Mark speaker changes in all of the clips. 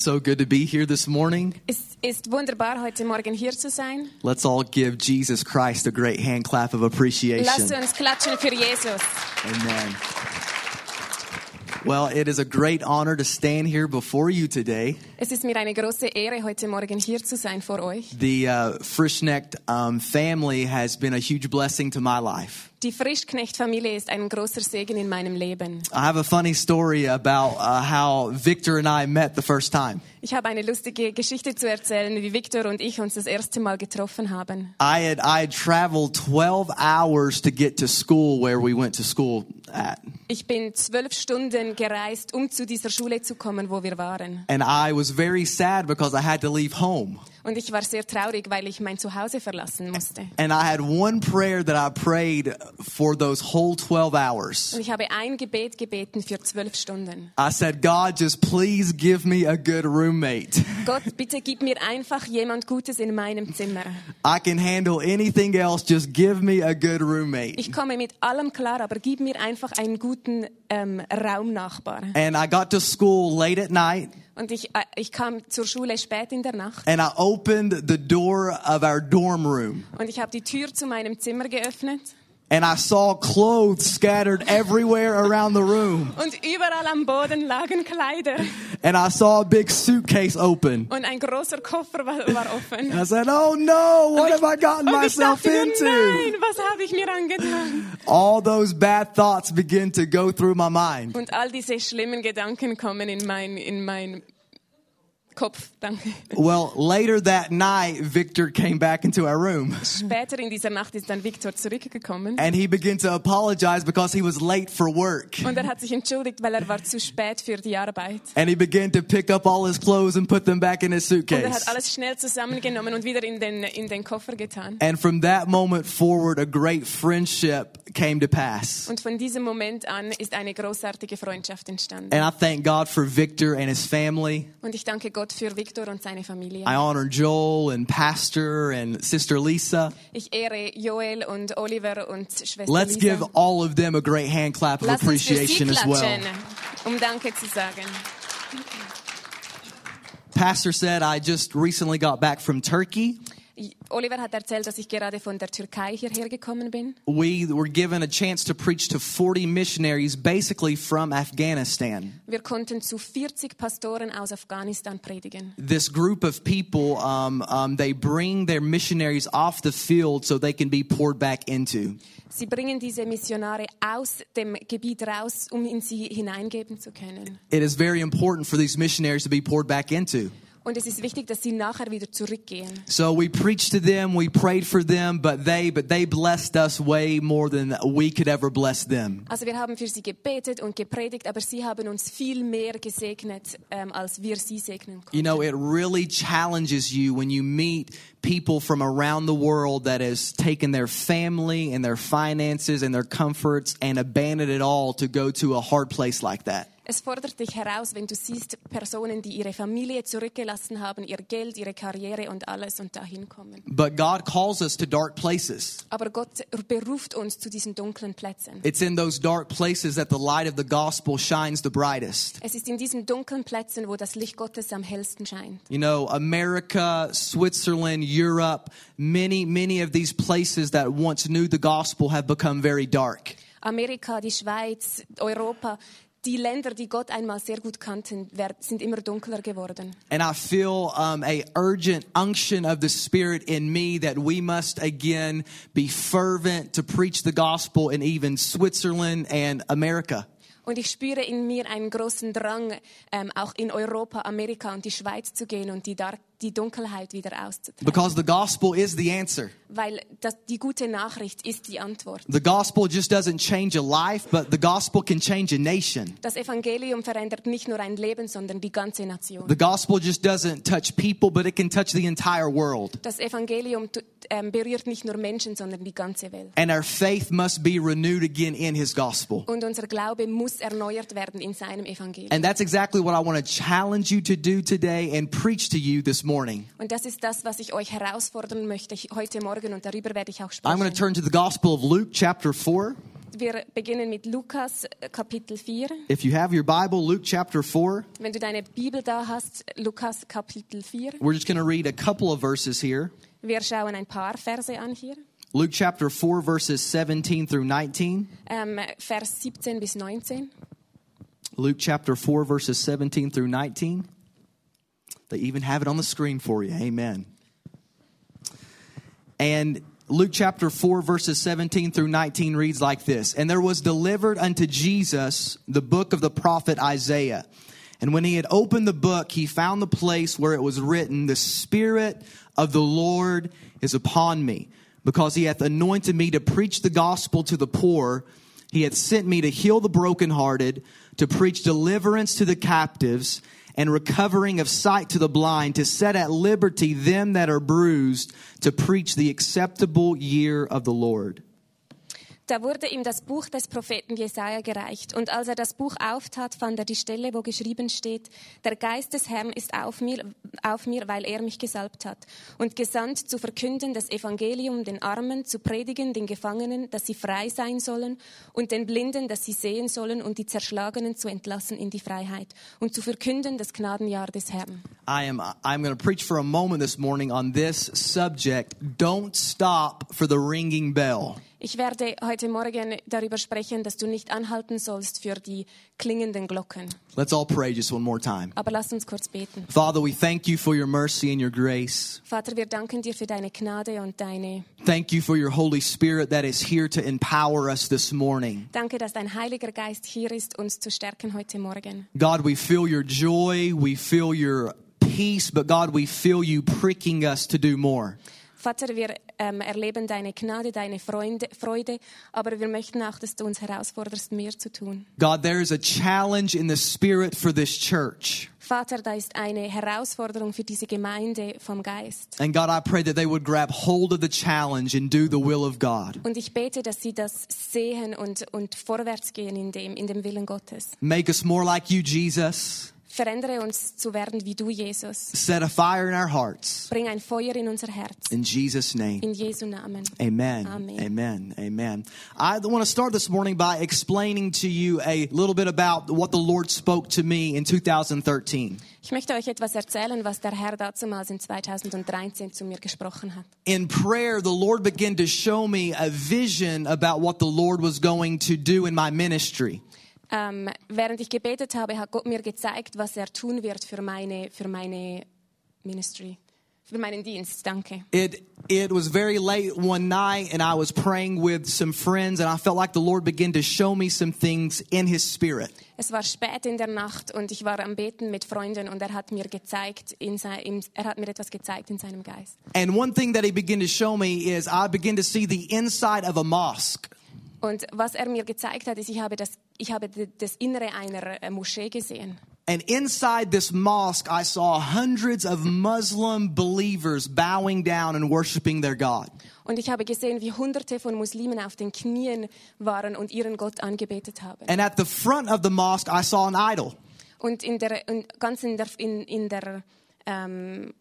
Speaker 1: So good to be here this morning.
Speaker 2: Es ist wunderbar, heute Morgen hier zu sein.
Speaker 1: Let's all give Jesus Christ a great hand clap of
Speaker 2: Lasst
Speaker 1: appreciation.
Speaker 2: uns klatschen für Jesus.
Speaker 1: Amen. Well, it is a great honor to stand here before you today.
Speaker 2: Es ist mir eine große Ehre, heute Morgen hier zu sein vor euch.
Speaker 1: The uh, Frischnecht um, family has been a huge blessing to my life.
Speaker 2: Die Frischknecht-Familie ist ein großer Segen in meinem Leben.
Speaker 1: I have a funny story about uh, how Victor and I met the first time.
Speaker 2: Ich habe eine lustige Geschichte zu erzählen, wie Viktor und ich uns das erste Mal getroffen haben.
Speaker 1: I had, I had traveled 12 hours to get to school where we went to school at.
Speaker 2: Ich bin zwölf Stunden gereist, um zu dieser Schule zu kommen, wo wir waren.
Speaker 1: And I was very sad because I had to leave home.
Speaker 2: Und ich war sehr traurig, weil ich mein Zuhause verlassen musste.
Speaker 1: And I had one prayer that I prayed for those whole 12 hours.
Speaker 2: Und ich habe ein Gebet gebeten für zwölf Stunden.
Speaker 1: I said, God, just please give me a good roommate.
Speaker 2: Gott, bitte gib mir einfach jemand Gutes in meinem Zimmer.
Speaker 1: I can handle anything else, just give me a good roommate.
Speaker 2: Ich komme mit allem klar, aber gib mir einfach einen guten ähm, Raumnachbar.
Speaker 1: And I got to school late at night
Speaker 2: Und ich, äh, ich kam zur Schule spät in der Nacht
Speaker 1: and I opened the door of our dorm room
Speaker 2: und ich habe die Tür zu meinem Zimmer geöffnet.
Speaker 1: and I saw clothes scattered everywhere around the room
Speaker 2: Und überall am Boden lagen Kleider
Speaker 1: and I saw a big suitcase open.
Speaker 2: und ein großer Koffer war, war
Speaker 1: And
Speaker 2: offen.
Speaker 1: I said, oh no, what have I gotten
Speaker 2: Und ich
Speaker 1: myself
Speaker 2: dachte mir,
Speaker 1: into?
Speaker 2: nein, was habe ich mir angetan?
Speaker 1: All those bad thoughts begin to go through my mind.
Speaker 2: Und all diese schlimmen Gedanken kommen in mein, in mein Kopf. Danke.
Speaker 1: Well, later that night, Victor came back into our room
Speaker 2: Später in dieser Nacht ist dann Viktor zurückgekommen.
Speaker 1: and he began to apologize because he was late for work.
Speaker 2: Und er hat sich entschuldigt, weil er war zu spät für die Arbeit.
Speaker 1: And he began to pick up all his clothes and put them back in his
Speaker 2: Und er
Speaker 1: suitcase.
Speaker 2: hat alles schnell zusammengenommen und wieder in den, in den Koffer getan.
Speaker 1: And from that moment forward, a great friendship came to pass.
Speaker 2: Und von diesem Moment an ist eine großartige Freundschaft entstanden.
Speaker 1: And I thank God for Victor and his family.
Speaker 2: Und ich danke Gott für Viktor und seine Familie.
Speaker 1: I honor Joel and Pastor and Sister Lisa.
Speaker 2: Ich ehre Joel und Oliver und Schwester
Speaker 1: Let's give
Speaker 2: Lisa.
Speaker 1: all of them a great hand clap of
Speaker 2: Lass uns für sie
Speaker 1: appreciation as well.
Speaker 2: klatschen, um Danke zu sagen.
Speaker 1: Pastor said, I just recently got back from Turkey.
Speaker 2: Oliver hat erzählt, dass ich gerade von der Türkei hierher gekommen bin.
Speaker 1: We were given a chance to preach to 40 missionaries, basically from Afghanistan.
Speaker 2: Wir konnten zu 40 Pastoren aus Afghanistan predigen.
Speaker 1: This group of people, um, um, they bring their missionaries off the field so they can be poured back into.
Speaker 2: Sie bringen diese Missionare aus dem Gebiet raus, um in sie hineingeben zu können.
Speaker 1: It is very important for these missionaries to be poured back into.
Speaker 2: Und es ist wichtig, dass sie nachher wieder zurückgehen.
Speaker 1: So we preached to them, we prayed for them, but they, but they blessed us way more than we could ever bless them.
Speaker 2: Also wir haben für sie gebetet und gepredigt, aber sie haben uns viel mehr gesegnet, ähm, als wir sie segnen konnten.
Speaker 1: You know, it really challenges you when you meet people from around the world that has taken their family and their finances and their comforts and abandoned it all to go to a hard place like that.
Speaker 2: Es fordert dich heraus, wenn du siehst Personen, die ihre Familie zurückgelassen haben, ihr Geld, ihre Karriere und alles und dahin kommen.
Speaker 1: But God calls us to dark places.
Speaker 2: Aber Gott beruft uns zu diesen dunklen Plätzen.
Speaker 1: It's in those dark places that the light of the gospel shines the brightest.
Speaker 2: Es ist in diesen dunklen Plätzen, wo das Licht Gottes am hellsten scheint.
Speaker 1: You know, America, Switzerland, Europe, many, many of these places that once knew the gospel have become very dark.
Speaker 2: Amerika, die Schweiz, Europa, die Länder, die Gott einmal sehr gut kannten, wer- sind immer dunkler geworden.
Speaker 1: And I feel um, a urgent unction of the Spirit in me that we must again be fervent to preach the gospel in even Switzerland and America.
Speaker 2: Und ich spüre in mir einen großen Drang, ähm, auch in Europa, Amerika und die Schweiz zu gehen und die, Dar die Dunkelheit wieder auszutreiben.
Speaker 1: Because the gospel is the answer.
Speaker 2: Weil das, die gute Nachricht ist die Antwort.
Speaker 1: The gospel just doesn't change a life, but the gospel can change a nation.
Speaker 2: Das Evangelium verändert nicht nur ein Leben, sondern die ganze Nation.
Speaker 1: The gospel just doesn't touch people, but it can touch the entire world.
Speaker 2: Das Evangelium tu- ähm, berührt nicht nur Menschen, sondern die ganze Welt.
Speaker 1: And our faith must be renewed again in his gospel.
Speaker 2: Und unser Glaube muss erneuert werden in seinem Evangelium.
Speaker 1: And that's exactly what I want to challenge you to do today and preach to you this morning.
Speaker 2: Und das ist das, was ich euch herausfordern möchte he- heute Morgen und darüber werde ich auch
Speaker 1: I'm going to
Speaker 2: sprechen.
Speaker 1: turn to the Gospel of Luke, chapter 4.
Speaker 2: Wir beginnen mit Lukas äh, Kapitel 4.
Speaker 1: If you have your Bible, Luke chapter 4,
Speaker 2: Wenn du deine Bibel da hast, Lukas Kapitel 4.
Speaker 1: we're just going to read a couple of verses here.
Speaker 2: Wir schauen ein paar Verse an hier.
Speaker 1: Luke chapter 4, verses 17 through 19.
Speaker 2: Ähm, Vers 17 bis 19.
Speaker 1: Luke chapter 4, verses 17 through 19. They even have it on the screen for you. Amen. And Luke chapter 4, verses 17 through 19 reads like this And there was delivered unto Jesus the book of the prophet Isaiah. And when he had opened the book, he found the place where it was written, The Spirit of the Lord is upon me, because he hath anointed me to preach the gospel to the poor. He hath sent me to heal the brokenhearted, to preach deliverance to the captives, and recovering of sight to the blind, to set at liberty them that are bruised, to preach the acceptable year of the Lord.
Speaker 2: Da wurde ihm das Buch des Propheten Jesaja gereicht. Und als er das Buch auftat, fand er die Stelle, wo geschrieben steht, der Geist des Herrn ist auf mir, auf mir, weil er mich gesalbt hat. Und gesandt zu verkünden das Evangelium den Armen, zu predigen den Gefangenen, dass sie frei sein sollen, und den Blinden, dass sie sehen sollen, und die Zerschlagenen zu entlassen in die Freiheit, und zu verkünden das Gnadenjahr des Herrn.
Speaker 1: I am I'm going to preach for a moment this morning on this subject. Don't stop for the ringing bell.
Speaker 2: Ich werde heute Morgen darüber sprechen, dass du nicht anhalten sollst für die klingenden Glocken.
Speaker 1: Let's all pray just one more time.
Speaker 2: Aber lass uns kurz beten.
Speaker 1: Father, we thank you for your mercy and your grace.
Speaker 2: Vater, wir danken dir für deine Gnade und deine.
Speaker 1: Thank you for your Holy Spirit that is here to empower us this morning.
Speaker 2: Danke, dass dein Heiliger Geist hier ist, uns zu stärken heute Morgen.
Speaker 1: God, we feel your joy, we feel your peace, but God, we feel you pricking us to do more.
Speaker 2: Vater, wir ähm, erleben deine Gnade, deine Freunde, Freude, aber wir möchten auch, dass du uns herausforderst, mehr zu tun.
Speaker 1: God, there is a challenge in the spirit for this church.
Speaker 2: Vater, da ist eine Herausforderung für diese Gemeinde vom Geist.
Speaker 1: And God, I pray that they would grab hold of the challenge and do the will of God.
Speaker 2: Und ich bete, dass sie das sehen und, und vorwärts gehen in dem, in dem Willen Gottes.
Speaker 1: Make us more like you, Jesus.
Speaker 2: Verändere uns zu werden wie du, Jesus.
Speaker 1: Set a fire in our hearts.
Speaker 2: Bring ein Feuer in unser Herz.
Speaker 1: In Jesus' name.
Speaker 2: In Jesu Namen.
Speaker 1: Amen.
Speaker 2: Amen.
Speaker 1: Amen. Amen. I want to start this morning by explaining to you a little bit about what the Lord spoke to me in 2013.
Speaker 2: Ich möchte euch etwas erzählen, was der Herr damals in 2013 zu mir gesprochen hat.
Speaker 1: in prayer, the Lord began to show me a vision about what the Lord was going to do in my ministry.
Speaker 2: Ähm, während ich gebetet habe, hat Gott mir gezeigt, was er tun wird für meine, für meine Ministry, für meinen Dienst. Danke.
Speaker 1: It it was very late one night and I was praying with some friends and I felt like the Lord began to show me some things in his spirit.
Speaker 2: Es war spät in der Nacht und ich war am Beten mit Freunden und er hat mir gezeigt, in sein, im, er hat mir etwas gezeigt in seinem Geist.
Speaker 1: And one thing that he began to show me is I began to see the inside of a mosque.
Speaker 2: Und was er mir gezeigt hat, ist, ich habe das, ich habe d- das Innere einer äh, Moschee gesehen.
Speaker 1: And inside this mosque I saw hundreds of Muslim believers bowing down and worshiping their God.
Speaker 2: Und ich habe gesehen, wie Hunderte von Muslimen auf den Knien waren und ihren Gott angebetet haben.
Speaker 1: And at the front of the mosque I saw an idol.
Speaker 2: Und in der, und ganz in der, in, in der ähm,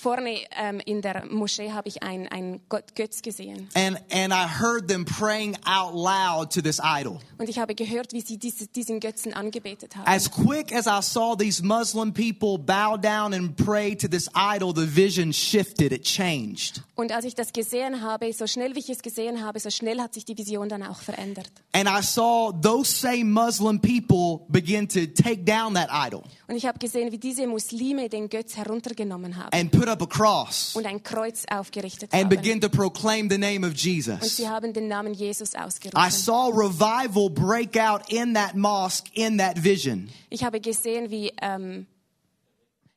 Speaker 2: vorne ähm, in der Moschee habe ich ein, ein Gott, Götz gesehen.
Speaker 1: and and I heard them praying out loud to this idol.
Speaker 2: Und ich habe gehört, wie sie diese, diesen Götzen angebetet haben.
Speaker 1: As quick as I saw these Muslim people bow down and pray to this idol, the vision shifted, it changed.
Speaker 2: und als ich das gesehen habe, so schnell wie ich es gesehen habe, so schnell hat sich die Vision dann auch verändert.
Speaker 1: And I saw those same Muslim people begin to take down that idol
Speaker 2: Und ich habe gesehen, wie diese Muslime den Götz heruntergenommen haben
Speaker 1: and put up a cross
Speaker 2: und ein Kreuz aufgerichtet
Speaker 1: and
Speaker 2: haben.
Speaker 1: begin to proclaim the name of
Speaker 2: Und
Speaker 1: Jesus.
Speaker 2: sie haben den Namen Jesus
Speaker 1: I
Speaker 2: ausgerufen.
Speaker 1: saw revival break out in that mosque in that vision.
Speaker 2: Ich habe gesehen, wie ähm,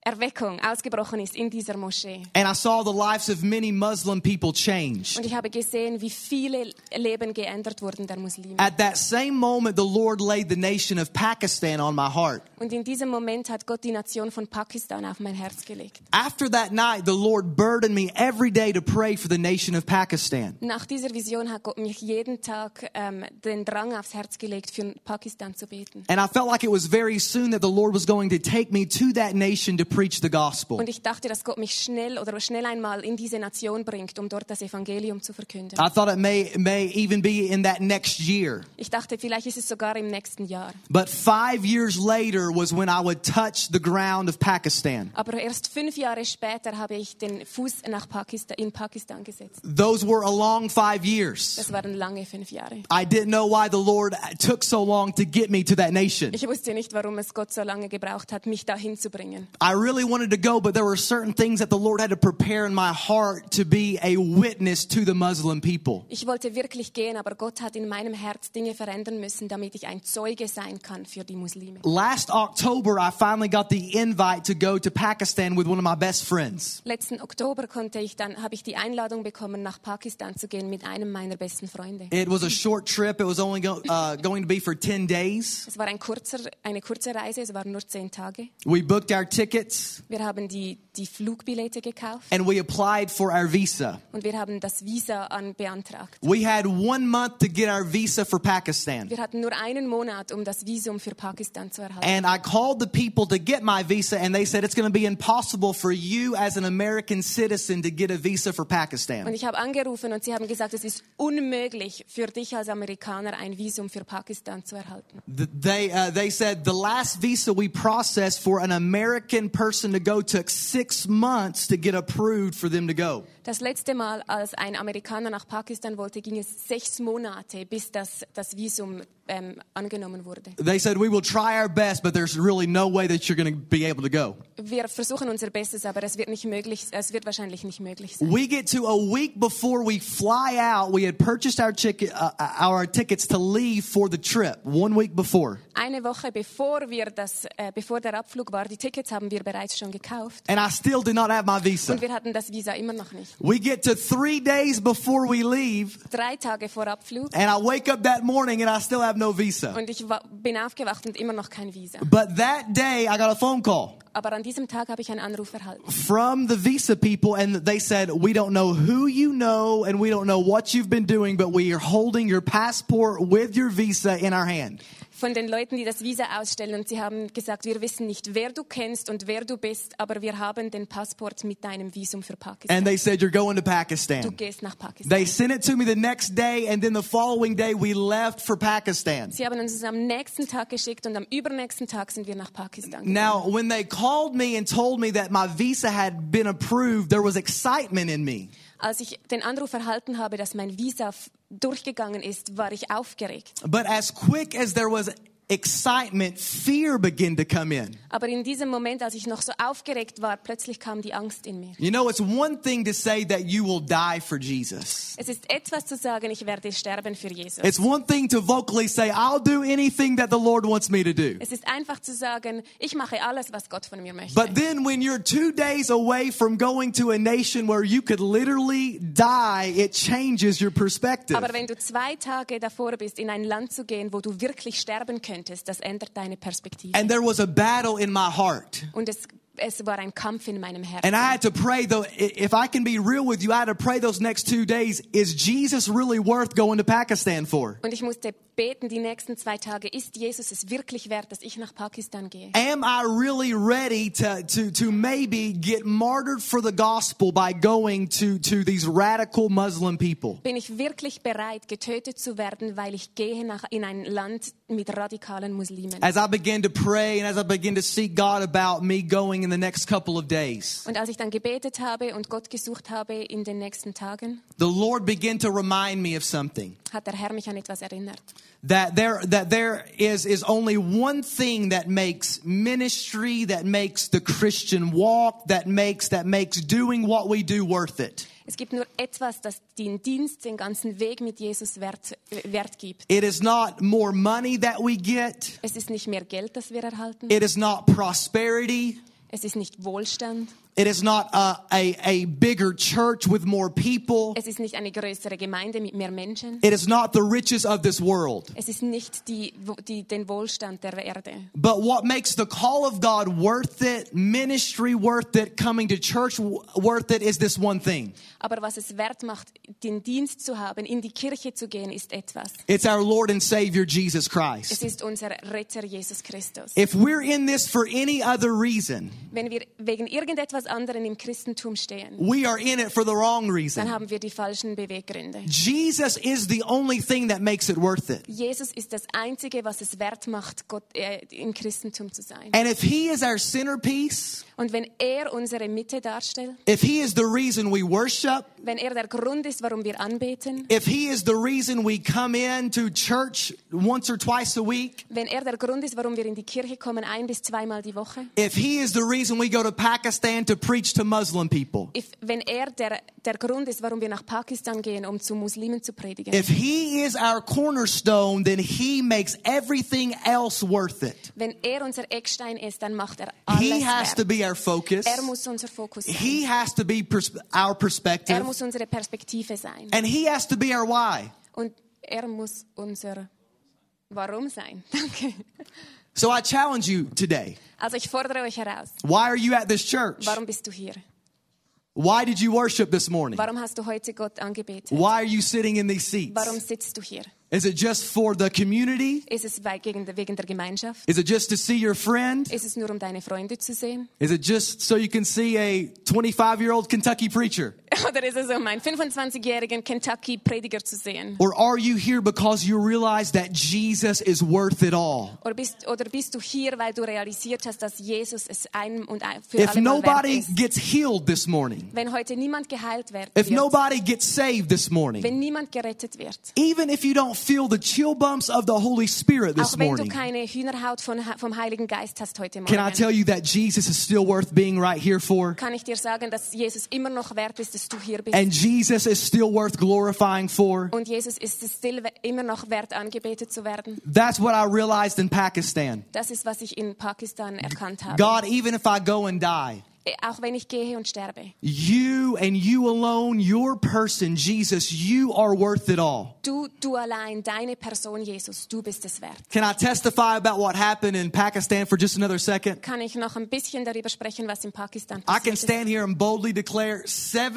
Speaker 2: Erweckung ausgebrochen ist in dieser Moschee.
Speaker 1: And I saw the lives of many Muslim people changed.
Speaker 2: Und ich habe gesehen, wie viele Leben geändert wurden der Muslime.
Speaker 1: At that same moment, the Lord laid the nation of Pakistan on my heart.
Speaker 2: Und in diesem Moment hat Gott die Nation von Pakistan auf mein Herz gelegt.
Speaker 1: After that night, the Lord burdened me every day to pray for the nation of Pakistan.
Speaker 2: Nach dieser Vision hat Gott mich jeden Tag ähm, den Drang aufs Herz gelegt, für Pakistan zu beten.
Speaker 1: And I felt like it was very soon that the Lord was going to take me to that nation to preach the gospel.
Speaker 2: Und ich dachte, dass Gott mich schnell oder schnell einmal in diese Nation bringt, um dort das Evangelium zu verkünden.
Speaker 1: I thought it may, may even be in that next year.
Speaker 2: Ich dachte, vielleicht ist es sogar im nächsten Jahr.
Speaker 1: But five years later was when I would touch the ground of Pakistan.
Speaker 2: Aber erst fünf Jahre später habe ich den Fuß nach Pakistan, in Pakistan gesetzt.
Speaker 1: Those were a long five years.
Speaker 2: Das waren lange fünf Jahre.
Speaker 1: I didn't know why the Lord took so long to get me to that nation.
Speaker 2: Ich wusste nicht, warum es Gott so lange gebraucht hat, mich dahin zu bringen.
Speaker 1: I really wanted to go, but there were certain things that the Lord had to prepare in my heart to be a witness to the Muslim people.
Speaker 2: Ich wollte wirklich gehen, aber Gott hat in meinem Herz Dinge verändern müssen, damit ich ein Zeuge sein kann für die Muslime.
Speaker 1: Last October, I finally got the invite to go to Pakistan with one of my best friends.
Speaker 2: Letzten Oktober konnte ich dann, habe ich die Einladung bekommen, nach Pakistan zu gehen mit einem meiner besten Freunde.
Speaker 1: It was a short trip. It was only go, uh, going to be for 10 days.
Speaker 2: Es war ein kurzer, eine kurze Reise, es waren nur zehn Tage.
Speaker 1: We booked our tickets
Speaker 2: Wir haben die, die Flugbillette gekauft
Speaker 1: and we applied for our visa.
Speaker 2: und wir haben das Visa an beantragt.
Speaker 1: We had one month to get our visa for Pakistan.
Speaker 2: Wir hatten nur einen Monat, um das Visum für Pakistan zu erhalten.
Speaker 1: And I called the people to get my visa, and they said it's going to be impossible for you as an American citizen to get a visa for
Speaker 2: Und
Speaker 1: Pakistan.
Speaker 2: ich habe angerufen und sie haben gesagt, es ist unmöglich für dich als Amerikaner ein Visum für Pakistan zu erhalten.
Speaker 1: Th- They, uh, they said the last visa we processed for an American person to go took six months to get approved for them to go.
Speaker 2: Das letzte Mal, als ein Amerikaner nach Pakistan wollte, ging es sechs Monate, bis das, das Visum ähm, angenommen wurde.
Speaker 1: They said, We will try our best, but there's really no way that you're going to be able to go.
Speaker 2: Wir versuchen unser Bestes, aber es wird, nicht möglich, es wird wahrscheinlich nicht möglich sein.
Speaker 1: We get to a week before we fly out. We had purchased our, chicken, uh, uh, our tickets to leave for the trip one week before.
Speaker 2: Eine Woche bevor, wir das, äh, bevor der Abflug war, die Tickets haben wir bereits schon gekauft
Speaker 1: And I still did not have my visa.
Speaker 2: und wir hatten das Visa immer noch nicht.
Speaker 1: We get to three days before we leave,
Speaker 2: Drei Tage vor Abflug
Speaker 1: and I wake up that morning and I still have no visa.
Speaker 2: und ich wa- bin aufgewacht und immer noch kein Visa.
Speaker 1: But that day, I got a phone call
Speaker 2: Aber an diesem Tag habe ich einen Anruf erhalten.
Speaker 1: from the visa people, and they said, We don't know who you know, and we don't know what you've been doing, but we are holding your passport with your visa in our hand.
Speaker 2: von den Leuten, die das Visa ausstellen. Und sie haben gesagt, wir wissen nicht, wer du kennst und wer du bist, aber wir haben den Passport mit deinem Visum für Pakistan.
Speaker 1: And they said, You're going to
Speaker 2: du
Speaker 1: Pakistan.
Speaker 2: gehst nach Pakistan.
Speaker 1: They sent it to me the next day, and then the following day, we left for Pakistan.
Speaker 2: Sie haben uns es am nächsten Tag geschickt und am übernächsten Tag sind wir nach Pakistan. gegangen.
Speaker 1: Now, when they called me and told me that my visa had been approved, there was excitement in me.
Speaker 2: Als ich den Anruf erhalten habe, dass mein Visa f- durchgegangen ist, war ich aufgeregt.
Speaker 1: But as quick as there was excitement, fear began to come in.
Speaker 2: Aber in diesem Moment, als ich noch so aufgeregt war, plötzlich kam die Angst in mir.
Speaker 1: You know, it's one thing to say that you will die for Jesus.
Speaker 2: Es ist etwas zu sagen, ich werde sterben für Jesus.
Speaker 1: It's one thing to vocally say, I'll do anything that the Lord wants me to do.
Speaker 2: Es ist einfach zu sagen, ich mache alles, was Gott von mir möchte.
Speaker 1: But then when you're two days away from going to a nation where you could literally die, it changes your perspective.
Speaker 2: Aber wenn du zwei Tage davor bist, in ein Land zu gehen, wo du wirklich sterben könntest, das ändert deine Perspektive.
Speaker 1: And there was a battle in my heart.
Speaker 2: Und es, es war ein Kampf in meinem
Speaker 1: And
Speaker 2: Herzen.
Speaker 1: I had to pray though, i- if I can be real with you, I had to pray those next two days, is Jesus really worth going to Pakistan for?
Speaker 2: Und ich musste beten die nächsten zwei Tage, ist Jesus es wirklich wert, dass ich nach Pakistan gehe?
Speaker 1: Am I really ready to, to, to maybe get martyred for the gospel by going to, to these radical Muslim people?
Speaker 2: Bin ich wirklich bereit, getötet zu werden, weil ich gehe nach, in ein Land mit radikalen Muslimen?
Speaker 1: As I began to pray and as I began to seek God about me going in the next couple of days,
Speaker 2: Und als ich dann gebetet habe und Gott gesucht habe in den nächsten Tagen,
Speaker 1: the Lord began to remind me of something.
Speaker 2: hat der Herr mich an etwas erinnert.
Speaker 1: That there, that there is, is only one thing that makes ministry, that makes the Christian walk, that makes, that makes doing what we do worth it.
Speaker 2: Es gibt nur etwas, das den Dienst, den ganzen Weg mit Jesus wert, äh, wert gibt.
Speaker 1: It is not more money that we get.
Speaker 2: Es ist nicht mehr Geld, das wir erhalten.
Speaker 1: It is not prosperity.
Speaker 2: Es ist nicht Wohlstand.
Speaker 1: It is not uh, a, a bigger church with more people.
Speaker 2: Es ist nicht eine größere Gemeinde mit mehr Menschen.
Speaker 1: It is not the riches of this world.
Speaker 2: Es ist nicht die, wo- die, den Wohlstand der Erde.
Speaker 1: But what makes the call of God worth it, ministry worth it, coming to church w- worth it, is this one thing
Speaker 2: Aber was es wert macht, den Dienst zu haben, in die Kirche zu gehen, ist etwas.
Speaker 1: it's our Lord and Savior Jesus
Speaker 2: Es
Speaker 1: Christ.
Speaker 2: ist unser Retter Jesus Christus.
Speaker 1: If we're in this for any other reason,
Speaker 2: Wenn wir wegen irgendetwas anderem im Christentum stehen,
Speaker 1: we are in it for the wrong
Speaker 2: dann
Speaker 1: reason.
Speaker 2: haben wir die falschen Beweggründe.
Speaker 1: Jesus is the only thing that makes it worth it.
Speaker 2: Jesus ist das Einzige, was es wert macht, Gott, äh, im Christentum zu sein.
Speaker 1: And if He is our centerpiece,
Speaker 2: Und wenn er unsere Mitte darstellt,
Speaker 1: if He is the reason we worship,
Speaker 2: wenn er der Grund ist, warum wir anbeten,
Speaker 1: if He is the reason we come in to church once or twice a week,
Speaker 2: wenn er der Grund ist, warum wir in die Kirche kommen, ein bis zweimal die Woche,
Speaker 1: if He is the reason we go to Pakistan to preach to Muslim people,
Speaker 2: if, wenn er der, der Grund ist, warum wir nach Pakistan gehen, um zu Muslimen zu predigen,
Speaker 1: If he is our cornerstone, then he makes everything else worth it.
Speaker 2: wenn er unser Eckstein ist, dann macht er
Speaker 1: He
Speaker 2: alles
Speaker 1: has to
Speaker 2: wert.
Speaker 1: be our focus.
Speaker 2: Er muss unser Fokus sein.
Speaker 1: He has to be pers- our
Speaker 2: Er
Speaker 1: perspective.
Speaker 2: muss unsere Perspektive sein.
Speaker 1: And he has to be our why.
Speaker 2: Und er muss unser Warum sein. Danke.
Speaker 1: So I challenge you today.
Speaker 2: Also ich fordere euch heraus.
Speaker 1: Why are you at this church?
Speaker 2: Warum bist du hier?
Speaker 1: Why did you worship this morning?
Speaker 2: Warum hast du heute Gott angebetet?
Speaker 1: Why are you sitting in these
Speaker 2: Warum
Speaker 1: seats?
Speaker 2: sitzt du hier?
Speaker 1: Is it just for the community?
Speaker 2: Ist es wei- gegen, wegen der Gemeinschaft?
Speaker 1: Is it just to see your friend?
Speaker 2: Ist es nur, um deine Freunde zu sehen?
Speaker 1: Is it just so you can see a 25 year old Kentucky preacher?
Speaker 2: Oder ist es, um einen 25-jährigen Kentucky-Prediger zu sehen?
Speaker 1: Or are you here because you realize that Jesus is worth it all?
Speaker 2: Oder bist, oder bist du hier, weil du realisiert hast, dass Jesus es einem und ein, für
Speaker 1: If
Speaker 2: alle Mal wert
Speaker 1: nobody
Speaker 2: ist?
Speaker 1: gets healed this morning,
Speaker 2: Wenn heute niemand geheilt wird,
Speaker 1: if
Speaker 2: wird
Speaker 1: nobody gets saved this morning,
Speaker 2: wenn niemand gerettet wird,
Speaker 1: even if you don't feel the chill bumps of the Holy Spirit this
Speaker 2: auch wenn du
Speaker 1: morning,
Speaker 2: keine Hühnerhaut von, vom Heiligen Geist hast heute
Speaker 1: can I
Speaker 2: Morgen,
Speaker 1: tell you that Jesus is still worth being right here for?
Speaker 2: kann ich dir sagen, dass Jesus immer noch wert ist, dass du hier bist.
Speaker 1: And Jesus is still worth glorifying for?
Speaker 2: Und Jesus ist es still immer noch wert, angebetet zu werden.
Speaker 1: That's what I realized in Pakistan.
Speaker 2: Das ist, was ich in Pakistan erkannt habe.
Speaker 1: God, even if I go and die,
Speaker 2: Äh, Auch wenn ich gehe und sterbe.
Speaker 1: you and you alone, your person, Jesus, you are worth it all.
Speaker 2: Du, du allein, deine Person, Jesus, du bist es wert.
Speaker 1: Can I testify about what happened in Pakistan for just another second?
Speaker 2: Kann ich noch ein bisschen darüber sprechen, was in Pakistan
Speaker 1: I can
Speaker 2: passiert ist?
Speaker 1: stand here and boldly declare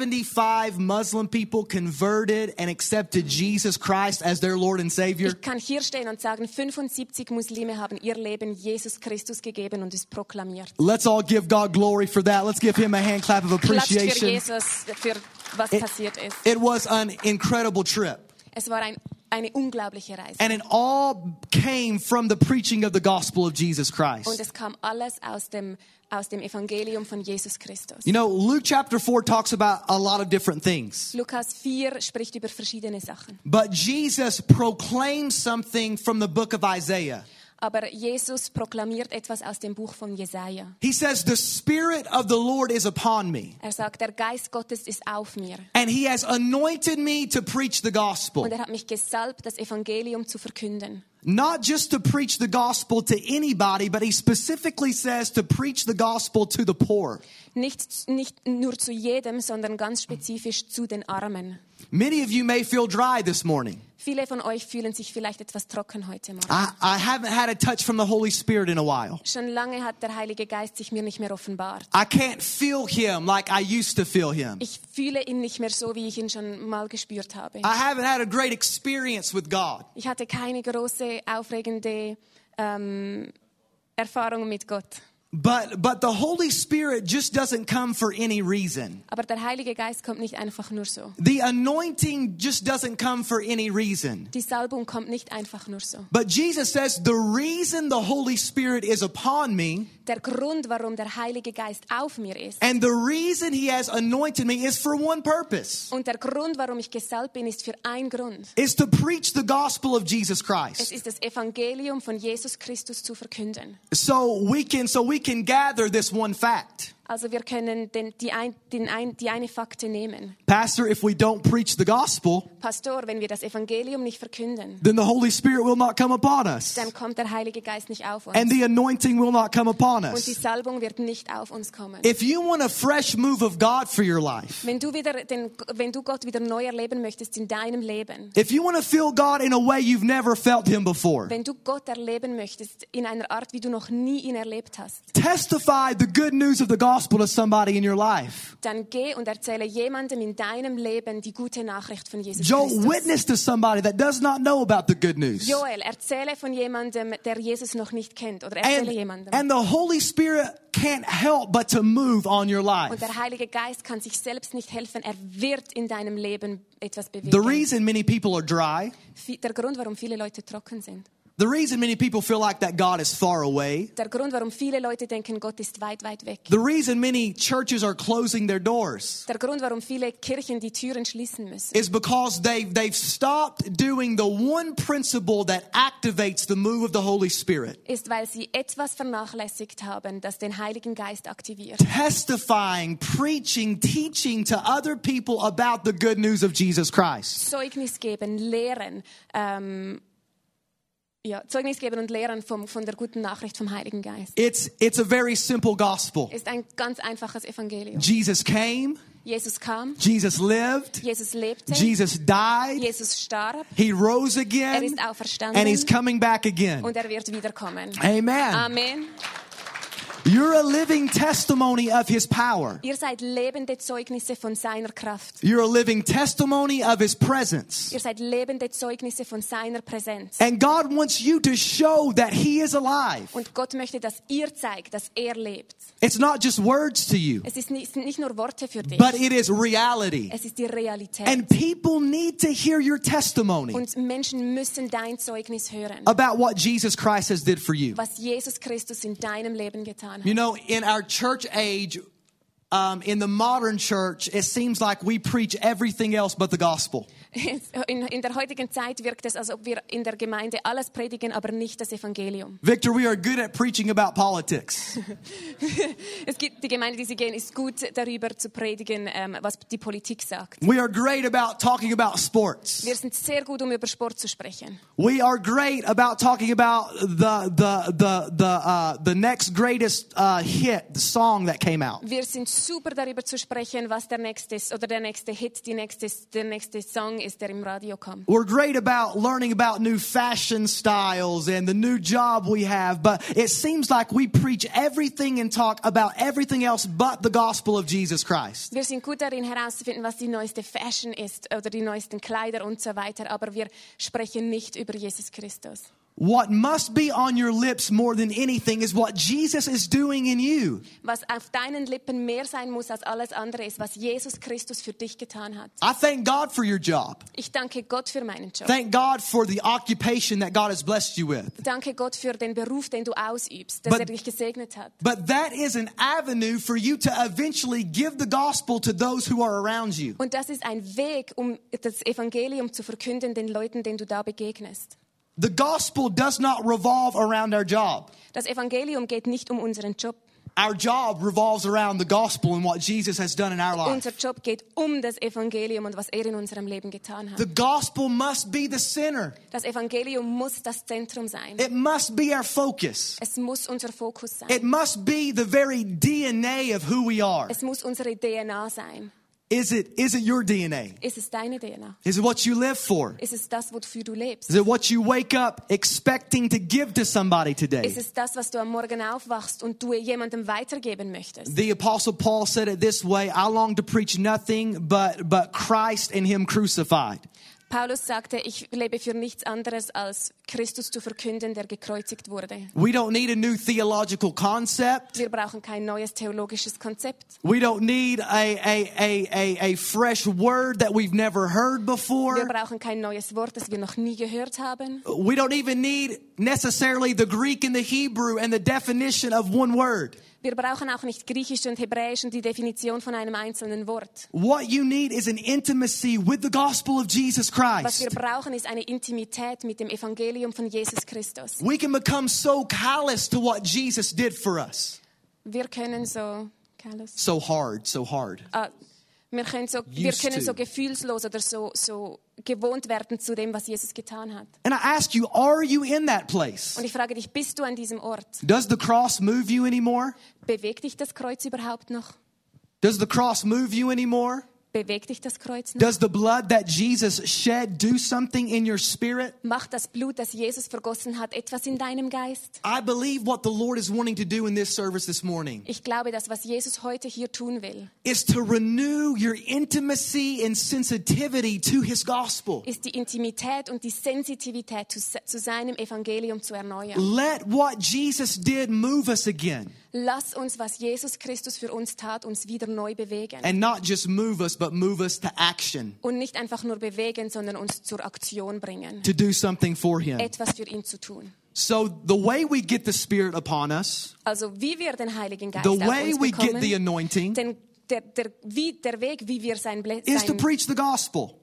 Speaker 1: 75 Muslim people converted and accepted Jesus Christ as their Lord and Savior.
Speaker 2: Ich kann hier stehen und sagen, 75 Muslime haben ihr Leben Jesus Christus gegeben und es proklamiert.
Speaker 1: Let's all give God glory for that. Let's give him a hand clap of
Speaker 2: Klatscht für
Speaker 1: appreciation. Eh,
Speaker 2: Jesus, für was passiert ist.
Speaker 1: It was an incredible trip.
Speaker 2: Es war ein, eine unglaubliche Reise.
Speaker 1: And it all came from the preaching of the gospel of Jesus
Speaker 2: Und
Speaker 1: Christ.
Speaker 2: es kam alles aus dem, aus dem Evangelium von Jesus Christus.
Speaker 1: You know, Luke chapter 4 talks about a lot of different things.
Speaker 2: Lukas 4 spricht über verschiedene Sachen.
Speaker 1: But Jesus proclaims something from the book of Isaiah.
Speaker 2: Aber Jesus proklamiert etwas aus dem Buch von Jesaja.
Speaker 1: He says, The Spirit of the Lord is upon me.
Speaker 2: Er sagt, der Geist Gottes ist auf mir.
Speaker 1: And he has anointed me to preach the
Speaker 2: Und
Speaker 1: gospel.
Speaker 2: er hat mich gesalbt, das Evangelium zu verkünden.
Speaker 1: Not just to preach the gospel to anybody, but he specifically says to preach the gospel to the poor.
Speaker 2: Nicht, nicht nur zu jedem, sondern ganz spezifisch zu den Armen.
Speaker 1: Many of you may feel dry this morning.
Speaker 2: Viele von euch fühlen sich vielleicht etwas trocken heute Morgen.
Speaker 1: I, I haven't had a touch from the Holy Spirit in a while.
Speaker 2: Schon lange hat der Heilige Geist sich mir nicht mehr offenbart.
Speaker 1: I can't feel him like I used to feel him.
Speaker 2: Ich fühle ihn nicht mehr so, wie ich ihn schon mal gespürt habe.
Speaker 1: I haven't had a great experience with God.
Speaker 2: Ich hatte keine große, aufregende ähm, Erfahrung mit Gott.
Speaker 1: But, but the Holy Spirit just doesn't come for any reason.
Speaker 2: Aber der Heilige Geist kommt nicht einfach nur so.
Speaker 1: The anointing just doesn't come for any reason.
Speaker 2: Die Salbung kommt nicht einfach nur so.
Speaker 1: But Jesus says, the reason the Holy Spirit is upon me
Speaker 2: Der Grund, warum der Heilige Geist auf mir ist
Speaker 1: and the reason he has anointed me is for one purpose.
Speaker 2: und der Grund, warum ich gesalbt bin, ist für einen Grund.
Speaker 1: It's to preach the gospel of Jesus
Speaker 2: Es
Speaker 1: Christ.
Speaker 2: ist das Evangelium von Jesus Christus zu verkünden.
Speaker 1: So we can so we can gather this one fact.
Speaker 2: Also wir können den, die, ein, den ein, die eine Fakte nehmen.
Speaker 1: Pastor, if we don't preach the gospel,
Speaker 2: Pastor, wenn wir das Evangelium nicht verkünden,
Speaker 1: then the Holy Spirit will not come upon us,
Speaker 2: dann kommt der Heilige Geist nicht auf uns.
Speaker 1: and the anointing will not come upon
Speaker 2: Und die
Speaker 1: us.
Speaker 2: Salbung wird nicht auf uns kommen.
Speaker 1: If you want a fresh move of God for your life,
Speaker 2: Wenn du, wieder den, wenn du Gott wieder neu erleben möchtest in deinem Leben,
Speaker 1: if you want to feel God in a way you've never felt Him before,
Speaker 2: wenn du Gott erleben möchtest in einer Art, wie du noch nie ihn erlebt hast,
Speaker 1: testify the good news of the gospel to somebody in your life.
Speaker 2: dann geh und erzähle jemandem in deinem Leben die gute Nachricht von Jesus
Speaker 1: Joel,
Speaker 2: Christus.
Speaker 1: witness to somebody that does not know about the good news.
Speaker 2: Joel, erzähle von jemandem, der Jesus noch nicht kennt oder erzähle
Speaker 1: And,
Speaker 2: jemandem.
Speaker 1: and the Holy Spirit can't help but to move on your
Speaker 2: und
Speaker 1: life.
Speaker 2: der Heilige Geist kann sich selbst nicht helfen. Er wird in deinem Leben etwas
Speaker 1: The
Speaker 2: bewegen.
Speaker 1: reason many people are dry,
Speaker 2: Vi- Der Grund, warum viele Leute trocken sind.
Speaker 1: the reason many people feel like that God is far away,
Speaker 2: Der Grund, warum viele Leute denken, Gott ist weit, weit weg.
Speaker 1: the reason many churches are closing their doors
Speaker 2: Der Grund, warum viele Kirchen die Türen schließen müssen,
Speaker 1: is because they've, they've stopped doing the one principle that activates the move of the Holy Spirit
Speaker 2: ist, weil sie etwas vernachlässigt haben, das den Heiligen Geist aktiviert.
Speaker 1: testifying, preaching, teaching to other people about the good news of Jesus Christ.
Speaker 2: Zeugnis geben, lehren. Ähm, ja, Zeugnis geben und lehren vom, von der guten Nachricht vom Heiligen Geist.
Speaker 1: It's, it's a very simple gospel.
Speaker 2: Ist ein ganz einfaches Evangelium.
Speaker 1: Jesus came,
Speaker 2: Jesus kam,
Speaker 1: Jesus lived,
Speaker 2: Jesus lebte,
Speaker 1: Jesus died,
Speaker 2: Jesus starb,
Speaker 1: He rose
Speaker 2: er
Speaker 1: again,
Speaker 2: ist auferstanden
Speaker 1: and He's coming back again.
Speaker 2: und er wird wiederkommen.
Speaker 1: Amen.
Speaker 2: Amen.
Speaker 1: You're a living testimony of His power.
Speaker 2: Ihr seid lebende Zeugnisse von seiner Kraft.
Speaker 1: You're a living testimony of His presence.
Speaker 2: Ihr seid lebende Zeugnisse von seiner Präsenz.
Speaker 1: And God wants you to show that He is alive.
Speaker 2: Und Gott möchte, dass ihr zeigt, dass er lebt.
Speaker 1: It's not just words to you,
Speaker 2: Es ist nicht, es sind nicht nur Worte für dich,
Speaker 1: but it is reality.
Speaker 2: es ist die Realität.
Speaker 1: And people need to hear your testimony
Speaker 2: Und Menschen müssen dein Zeugnis hören,
Speaker 1: about what Jesus Christ has did for you.
Speaker 2: was Jesus Christus in deinem Leben getan
Speaker 1: You
Speaker 2: hat.
Speaker 1: know, in our church age, um, in the modern church, it seems like we preach everything else but the gospel.
Speaker 2: In, in der heutigen Zeit wirkt es, als ob wir in der Gemeinde alles predigen, aber nicht das Evangelium.
Speaker 1: Victor, we are good at preaching about politics.
Speaker 2: Es gibt die Gemeinde, die sie gehen, ist gut darüber zu predigen, ähm, was die Politik sagt.
Speaker 1: We are great about talking about sports.
Speaker 2: Wir sind sehr gut, um über Sport zu sprechen.
Speaker 1: We are great about talking about the the the the uh, the next greatest uh, hit, the song that came out.
Speaker 2: Wir sind super darüber zu sprechen, was der nächste ist oder der nächste Hit, die nächste, der nächste Song ist, der im Radio kommt.
Speaker 1: We're great about learning about new fashion styles and the new job we have, but it seems like we preach everything and talk about everything else but the gospel of Jesus Christ.
Speaker 2: Wir sind gut darin herauszufinden, was die neueste Fashion ist äh, oder die neuesten Kleider und so weiter, aber wir sprechen nicht über Jesus Christus.
Speaker 1: What must be on your lips more than anything is what Jesus is doing in you.
Speaker 2: Was auf deinen Lippen mehr sein muss als alles andere ist, was Jesus Christus für dich getan hat.
Speaker 1: I thank God for your job.
Speaker 2: Ich danke Gott für meinen Job.
Speaker 1: Thank God for the occupation that God has blessed you with.
Speaker 2: Danke Gott für den Beruf, den du ausübst, dass
Speaker 1: But-
Speaker 2: er dich gesegnet hat.
Speaker 1: But that is an avenue for you to eventually give the gospel to those who are around you.
Speaker 2: Und das ist ein Weg, um das Evangelium zu verkünden den Leuten, denen du da begegnest.
Speaker 1: The gospel does not revolve around our job.
Speaker 2: Das Evangelium geht nicht um unseren Job.
Speaker 1: Our job revolves around the gospel and what Jesus has done in our life.
Speaker 2: Unser Job geht um das Evangelium und was er in unserem Leben getan hat.
Speaker 1: The gospel must be the center.
Speaker 2: Das Evangelium muss das Zentrum sein.
Speaker 1: It must be our focus.
Speaker 2: Es muss unser Fokus sein.
Speaker 1: It must be the very DNA of who we are.
Speaker 2: Es muss unsere DNA sein.
Speaker 1: Is it is it your DNA?
Speaker 2: Ist es deine DNA?
Speaker 1: Is it what you live for?
Speaker 2: Ist es das, wofür du lebst?
Speaker 1: Is it what you wake up expecting to give to somebody today?
Speaker 2: Ist es das, was du am Morgen aufwachst und du jemandem weitergeben möchtest?
Speaker 1: The apostle Paul said it this way, I long to preach nothing but but Christ and him crucified.
Speaker 2: Paulus sagte, ich lebe für nichts anderes als Christus zu verkünden, der gekreuzigt wurde.
Speaker 1: We don't need a new theological concept.
Speaker 2: Wir brauchen kein neues theologisches Konzept.
Speaker 1: We don't need a, a, a, a, a fresh word that we've never heard
Speaker 2: Wir
Speaker 1: before.
Speaker 2: brauchen kein neues Wort, das wir noch nie gehört haben.
Speaker 1: We don't even need necessarily the Greek and the Hebrew and the definition of one word.
Speaker 2: Wir brauchen auch nicht Griechisch und Hebräisch und die Definition von einem einzelnen Wort.
Speaker 1: What you need is an intimacy with the gospel of Jesus
Speaker 2: Was wir
Speaker 1: Christ.
Speaker 2: brauchen, ist eine Intimität mit dem Evangelium von Jesus Christus.
Speaker 1: We can become so callous to what Jesus did for us.
Speaker 2: Wir können so callous.
Speaker 1: so hard, so hard.
Speaker 2: Ah, wir können, so, wir
Speaker 1: Used
Speaker 2: können
Speaker 1: to.
Speaker 2: so gefühlslos oder so, so gewohnt werden zu dem, was Jesus getan hat.
Speaker 1: And I ask you, are you in that place?
Speaker 2: Und ich frage dich, bist du an diesem Ort?
Speaker 1: Does the cross move you anymore?
Speaker 2: Bewegt dich das Kreuz überhaupt noch?
Speaker 1: Does the cross move you anymore?
Speaker 2: Bewegt dich das Kreuz noch?
Speaker 1: Does the blood that Jesus shed do something in your spirit?
Speaker 2: Macht das Blut, das Jesus vergossen hat, etwas in deinem Geist?
Speaker 1: I believe what the Lord is wanting to do in this service this morning
Speaker 2: Ich glaube, das, was Jesus heute hier tun will,
Speaker 1: is to renew your intimacy and sensitivity to his gospel.
Speaker 2: ist die Intimität und die Sensitivität zu, se- zu seinem Evangelium zu erneuern.
Speaker 1: Let what Jesus did move us again
Speaker 2: Lass uns, was Jesus Christus für uns tat, uns wieder neu bewegen.
Speaker 1: and not just move us, but move us to action
Speaker 2: Und nicht einfach nur bewegen, sondern uns zur Aktion bringen.
Speaker 1: to do something for him.
Speaker 2: Etwas für ihn zu tun.
Speaker 1: So, the way we get the Spirit upon us,
Speaker 2: Also wie wir den Heiligen Geist
Speaker 1: the
Speaker 2: auf
Speaker 1: way
Speaker 2: uns
Speaker 1: we get the
Speaker 2: bekommen,
Speaker 1: anointing
Speaker 2: denn der, der, wie, der Weg, wie wir sein, Ble-
Speaker 1: is to
Speaker 2: sein,
Speaker 1: preach the gospel.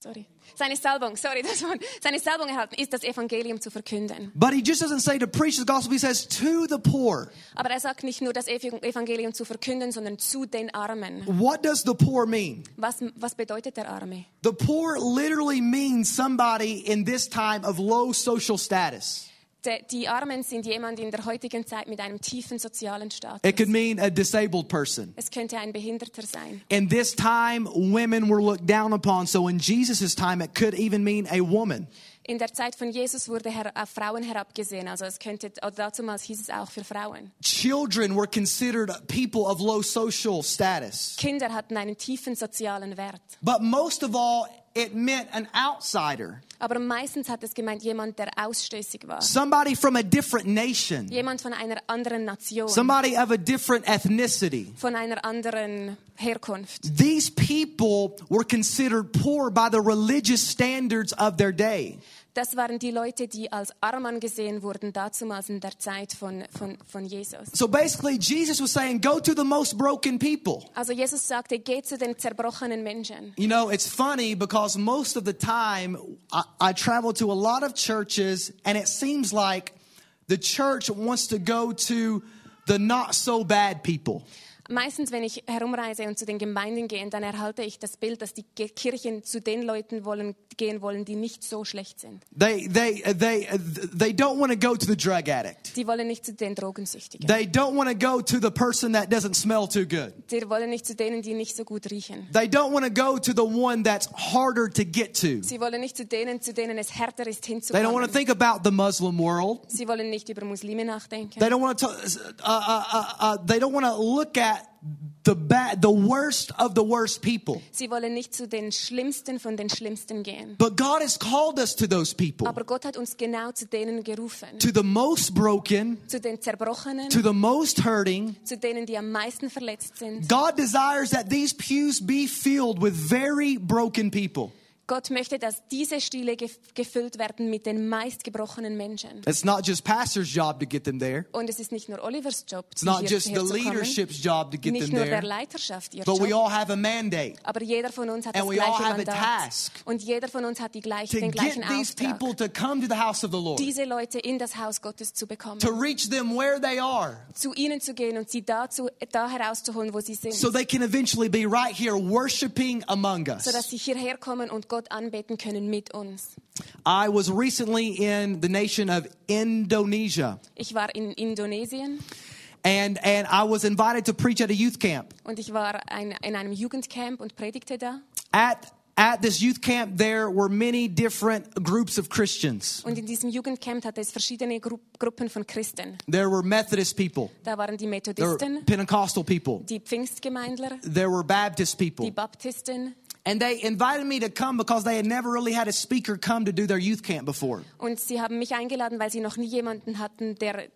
Speaker 2: sorry, seine Salbung, sorry, das Wort, seine Salbung erhalten, ist das Evangelium zu verkünden.
Speaker 1: But he just doesn't say to preach the gospel, he says to the poor.
Speaker 2: Aber er sagt nicht nur das Ev- Evangelium zu verkünden, sondern zu den Armen.
Speaker 1: What does the poor mean?
Speaker 2: Was, was bedeutet der Arme?
Speaker 1: The poor literally means somebody in this time of low social status.
Speaker 2: De, die Armen sind jemand in der heutigen Zeit mit einem tiefen sozialen
Speaker 1: It could
Speaker 2: Status.
Speaker 1: mean a disabled person.
Speaker 2: Es könnte ein Behinderter sein.
Speaker 1: In this time, women were looked down upon. So in Jesus' time, it could even mean a woman.
Speaker 2: In der Zeit von Jesus wurde her, auf Frauen herabgesehen. Also es könnte, oder damals hieß es auch für Frauen.
Speaker 1: Children were considered people of low social status.
Speaker 2: Kinder hatten einen tiefen sozialen Wert.
Speaker 1: But most of all, it meant an outsider,
Speaker 2: Aber meistens hat es gemeint jemand, der ausstößig war.
Speaker 1: somebody from a different nation,
Speaker 2: Jemand von einer anderen Nation,
Speaker 1: somebody of a different ethnicity.
Speaker 2: von einer anderen Herkunft.
Speaker 1: These people were considered poor by the religious standards of their day.
Speaker 2: Das waren die Leute, die als arm angesehen wurden, dazumals in der Zeit von, von, von Jesus.
Speaker 1: So basically, Jesus was saying, go to the most broken people.
Speaker 2: Also Jesus sagte, geh zu den zerbrochenen Menschen.
Speaker 1: You know, it's funny because most of the time I, I travel to a lot of churches, and it seems like the church wants to go to the not so bad people.
Speaker 2: Meistens, wenn ich herumreise und zu den Gemeinden gehe, dann erhalte ich das Bild, dass die Ge- Kirchen zu den Leuten wollen, gehen wollen, die nicht so schlecht sind.
Speaker 1: They, they, they, they don't want to go to the drug addict.
Speaker 2: Die wollen nicht zu den Drogensüchtigen.
Speaker 1: They don't want to go to the person that doesn't smell too good.
Speaker 2: Die wollen nicht zu denen, die nicht so gut riechen.
Speaker 1: They don't want to go to the one that's harder to get to.
Speaker 2: Sie wollen nicht zu denen, zu denen es härter ist,
Speaker 1: They don't want
Speaker 2: hinzukommen.
Speaker 1: to think about the Muslim world.
Speaker 2: Sie wollen nicht über Muslime nachdenken.
Speaker 1: They don't want to. Uh, uh, uh, uh, they don't want to look at the bad, the worst of the worst people.
Speaker 2: Sie wollen nicht zu den Schlimmsten von den Schlimmsten gehen.
Speaker 1: But God has called us to those people,
Speaker 2: Aber Gott hat uns genau zu denen gerufen.
Speaker 1: to the most broken,
Speaker 2: Zu den Zerbrochenen,
Speaker 1: to the most hurting.
Speaker 2: zu denen, die am meisten verletzt sind.
Speaker 1: God desires that these pews be filled with very broken people.
Speaker 2: Gott möchte, dass diese Stile gef gefüllt werden mit den meistgebrochenen Menschen.
Speaker 1: It's not just pastor's job to get them there.
Speaker 2: Und es ist nicht nur Olivers Job,
Speaker 1: It's not
Speaker 2: hier,
Speaker 1: just the
Speaker 2: hier zu kommen,
Speaker 1: leadership's job to get them
Speaker 2: nicht nur der
Speaker 1: there.
Speaker 2: Leiterschaft ihr
Speaker 1: But we
Speaker 2: Job.
Speaker 1: all have a mandate
Speaker 2: Aber jeder von uns hat
Speaker 1: And
Speaker 2: das
Speaker 1: we all
Speaker 2: gleiche
Speaker 1: have a
Speaker 2: Mandat.
Speaker 1: task
Speaker 2: Und jeder von uns hat die gleiche,
Speaker 1: to
Speaker 2: den gleichen
Speaker 1: get these
Speaker 2: Auftrag,
Speaker 1: people to come to the house of the Lord,
Speaker 2: diese Leute in das Haus Gottes zu bekommen,
Speaker 1: to reach them where they are.
Speaker 2: zu ihnen zu gehen und sie dazu, da herauszuholen, wo sie sind,
Speaker 1: so they can eventually be right here worshiping among
Speaker 2: sodass
Speaker 1: us.
Speaker 2: sie hierher kommen und Gott anbeten können mit uns.
Speaker 1: I was recently in the nation of Indonesia,
Speaker 2: Ich war in Indonesien
Speaker 1: and, and I was invited to preach at a youth camp.
Speaker 2: und ich war ein, in einem Jugendcamp und predigte da.
Speaker 1: At, at this youth camp, there were many different groups of Christians.
Speaker 2: Und in diesem Jugendcamp hatte es verschiedene Gru Gruppen von Christen.
Speaker 1: There were Methodist people,
Speaker 2: Da waren die
Speaker 1: there were
Speaker 2: Methodisten,
Speaker 1: Pentecostal people,
Speaker 2: die Pfingstgemeindler,
Speaker 1: there were Baptist
Speaker 2: die
Speaker 1: people.
Speaker 2: Baptisten.
Speaker 1: And they invited me to come because they had never really had a speaker come to do their youth camp before.
Speaker 2: Und sie haben mich eingeladen, weil sie noch nie jemanden hatten, der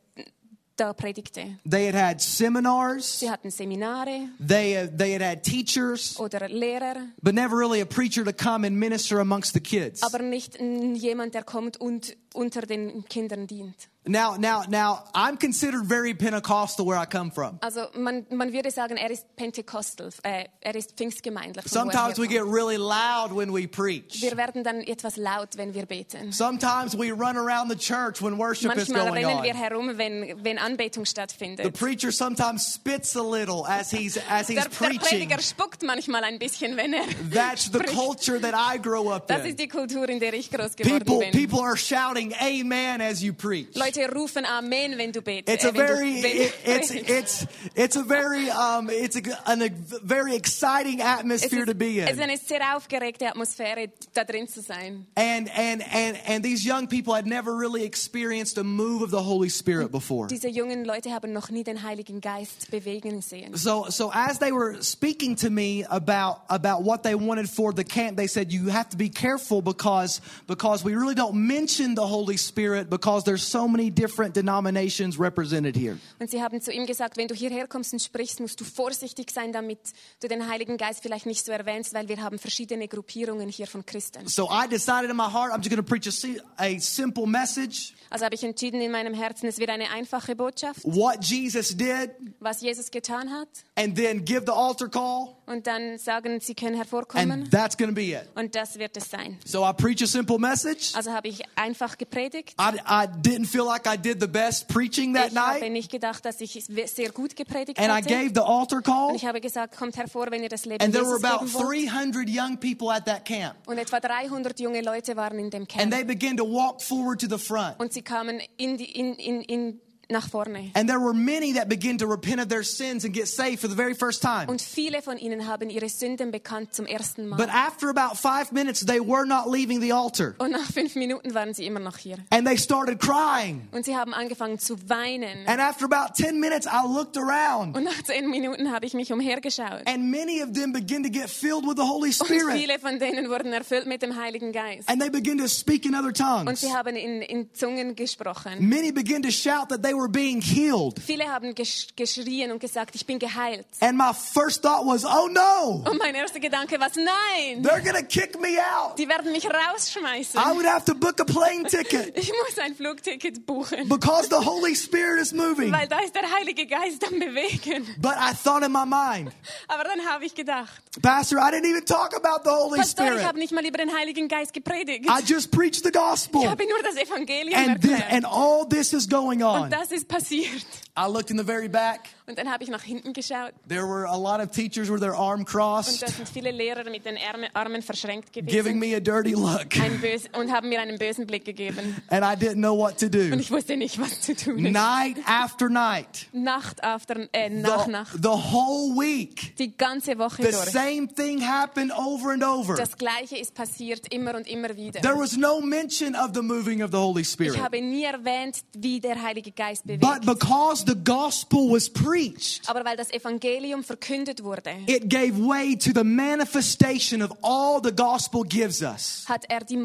Speaker 2: da predigte.
Speaker 1: They had had seminars,
Speaker 2: Sie hatten Seminare
Speaker 1: they, uh, they had had teachers.
Speaker 2: oder Lehrer,
Speaker 1: but never really a preacher to come and minister amongst the kids.
Speaker 2: aber nicht mm, jemand, der kommt und unter den Kindern dient.
Speaker 1: Now, now, now, I'm considered very Pentecostal where I come from.
Speaker 2: Also man, man würde sagen, er ist Pentekostal, äh, er ist Pfingstgemeindler. von wo er
Speaker 1: Sometimes we
Speaker 2: herkommt.
Speaker 1: get really loud when we preach.
Speaker 2: wir werden dann etwas laut, wenn wir beten.
Speaker 1: Sometimes we run around the church when worship is
Speaker 2: Manchmal
Speaker 1: going
Speaker 2: rennen wir
Speaker 1: on.
Speaker 2: herum, wenn, wenn Anbetung
Speaker 1: The
Speaker 2: stattfindet.
Speaker 1: preacher sometimes spits a little as he's as he's
Speaker 2: Der, der
Speaker 1: preaching.
Speaker 2: Prediger spuckt manchmal ein bisschen, wenn er
Speaker 1: That's the
Speaker 2: spricht.
Speaker 1: culture that I grow up
Speaker 2: Das ist
Speaker 1: in.
Speaker 2: die Kultur, in der ich groß geworden
Speaker 1: People
Speaker 2: bin.
Speaker 1: people are shouting amen as you preach.
Speaker 2: Leute rufen Amen, wenn du betest.
Speaker 1: It's a
Speaker 2: äh, wenn
Speaker 1: very
Speaker 2: du, wenn du
Speaker 1: it- it's
Speaker 2: predigst.
Speaker 1: it's it's a very um it's a, an, a very exciting
Speaker 2: es
Speaker 1: atmosphere
Speaker 2: ist,
Speaker 1: to be
Speaker 2: es ist
Speaker 1: in.
Speaker 2: eine sehr aufgeregte Atmosphäre, da drin zu sein.
Speaker 1: And and and and these young people had never really experienced a move of the Holy Spirit before.
Speaker 2: Diese jungen Leute haben noch nie den Heiligen Geist bewegen sehen.
Speaker 1: So so as they were speaking to me about about what they wanted for the camp, they said you have to be careful because because we really don't mention the Holy Spirit because there's so many different denominations represented here.
Speaker 2: Und sie haben zu ihm gesagt, wenn du hierher kommst und sprichst, musst du vorsichtig sein, damit du den Heiligen Geist vielleicht nicht so erwähnst, weil wir haben verschiedene Gruppierungen hier von Christen.
Speaker 1: So I decided in my heart I'm just going to preach a, si- a simple message
Speaker 2: Also habe ich entschieden in meinem Herzen, es wird eine einfache Botschaft,
Speaker 1: what Jesus did
Speaker 2: was Jesus getan hat.
Speaker 1: and then give the altar call
Speaker 2: Und dann sagen, sie können
Speaker 1: and
Speaker 2: hervorkommen.
Speaker 1: that's going to be it.
Speaker 2: Und das wird es sein.
Speaker 1: So I preach a simple message.
Speaker 2: Also habe ich einfach gepredigt.
Speaker 1: I, I didn't feel like I did the best preaching that
Speaker 2: Ich habe
Speaker 1: night
Speaker 2: nicht gedacht, dass ich sehr gut gepredigt
Speaker 1: and I
Speaker 2: hatte.
Speaker 1: gave the altar
Speaker 2: Und
Speaker 1: call
Speaker 2: ich habe gesagt, kommt hervor, wenn ihr das Leben
Speaker 1: And there were
Speaker 2: Jesus
Speaker 1: about
Speaker 2: geben wollt.
Speaker 1: 300 young people at that camp.
Speaker 2: Und etwa 300 junge Leute waren in dem
Speaker 1: And
Speaker 2: Camp.
Speaker 1: they began to walk forward to the front.
Speaker 2: Und sie kamen in die, in, in, in, nach vorne.
Speaker 1: And there were many that began to repent of their sins and get saved for the very first time.
Speaker 2: Und viele von ihnen haben ihre Sünden bekannt zum ersten Mal.
Speaker 1: But after about five minutes, they were not leaving the altar.
Speaker 2: Und nach fünf Minuten waren sie immer noch hier.
Speaker 1: And they started crying.
Speaker 2: Und sie haben angefangen zu weinen.
Speaker 1: And after about 10 minutes, I looked around.
Speaker 2: Und nach zehn Minuten habe ich mich umhergeschaut.
Speaker 1: And many of them began to get filled with the Holy
Speaker 2: Und
Speaker 1: Spirit.
Speaker 2: viele von denen wurden erfüllt mit dem Heiligen Geist.
Speaker 1: And they began to speak in other
Speaker 2: Und
Speaker 1: tongues.
Speaker 2: sie haben in, in Zungen gesprochen.
Speaker 1: Many began to shout that they were being healed.
Speaker 2: Viele haben gesch geschrien und gesagt, ich bin geheilt.
Speaker 1: And my first thought was, oh no,
Speaker 2: Und mein erster Gedanke war, nein,
Speaker 1: they're going to kick me out.
Speaker 2: die werden mich rausschmeißen.
Speaker 1: I would have to book a plane ticket
Speaker 2: Ich muss ein Flugticket buchen,
Speaker 1: because the Holy Spirit is moving.
Speaker 2: weil da ist der Heilige Geist am Bewegen.
Speaker 1: But I thought in my mind,
Speaker 2: Aber dann habe ich gedacht,
Speaker 1: Pastor, I didn't even talk about the Holy
Speaker 2: Pastor, ich habe
Speaker 1: Spirit.
Speaker 2: nicht mal über den Heiligen Geist gepredigt.
Speaker 1: I just preached the
Speaker 2: Ich
Speaker 1: gospel.
Speaker 2: habe nur das Evangelium
Speaker 1: And, this,
Speaker 2: erklärt.
Speaker 1: and all this is going
Speaker 2: Und
Speaker 1: on.
Speaker 2: das ist passiert.
Speaker 1: I looked in the very back.
Speaker 2: Und dann habe ich nach hinten geschaut.
Speaker 1: There were a lot of teachers with their arm
Speaker 2: Und
Speaker 1: crossed,
Speaker 2: da sind viele Lehrer mit den Arme- Armen verschränkt
Speaker 1: giving
Speaker 2: gewesen
Speaker 1: me a dirty look.
Speaker 2: ein bös und haben mir einen bösen Blick gegeben.
Speaker 1: And I didn't know what to
Speaker 2: Und
Speaker 1: do.
Speaker 2: ich wusste nicht, was zu tun ist.
Speaker 1: Night after night,
Speaker 2: Nacht after, äh, nach
Speaker 1: the,
Speaker 2: Nacht.
Speaker 1: the whole week,
Speaker 2: Die ganze Woche
Speaker 1: the
Speaker 2: durch.
Speaker 1: same thing happened over and over.
Speaker 2: Das Gleiche ist passiert immer und immer wieder.
Speaker 1: There was no mention of the moving of the Holy
Speaker 2: Ich
Speaker 1: Spirit.
Speaker 2: habe nie erwähnt, wie der Heilige Geist
Speaker 1: But
Speaker 2: bewegt.
Speaker 1: because the gospel was preached,
Speaker 2: Aber weil das Evangelium verkündet wurde,
Speaker 1: it gave way to the manifestation of all the gospel gives us.
Speaker 2: hat er die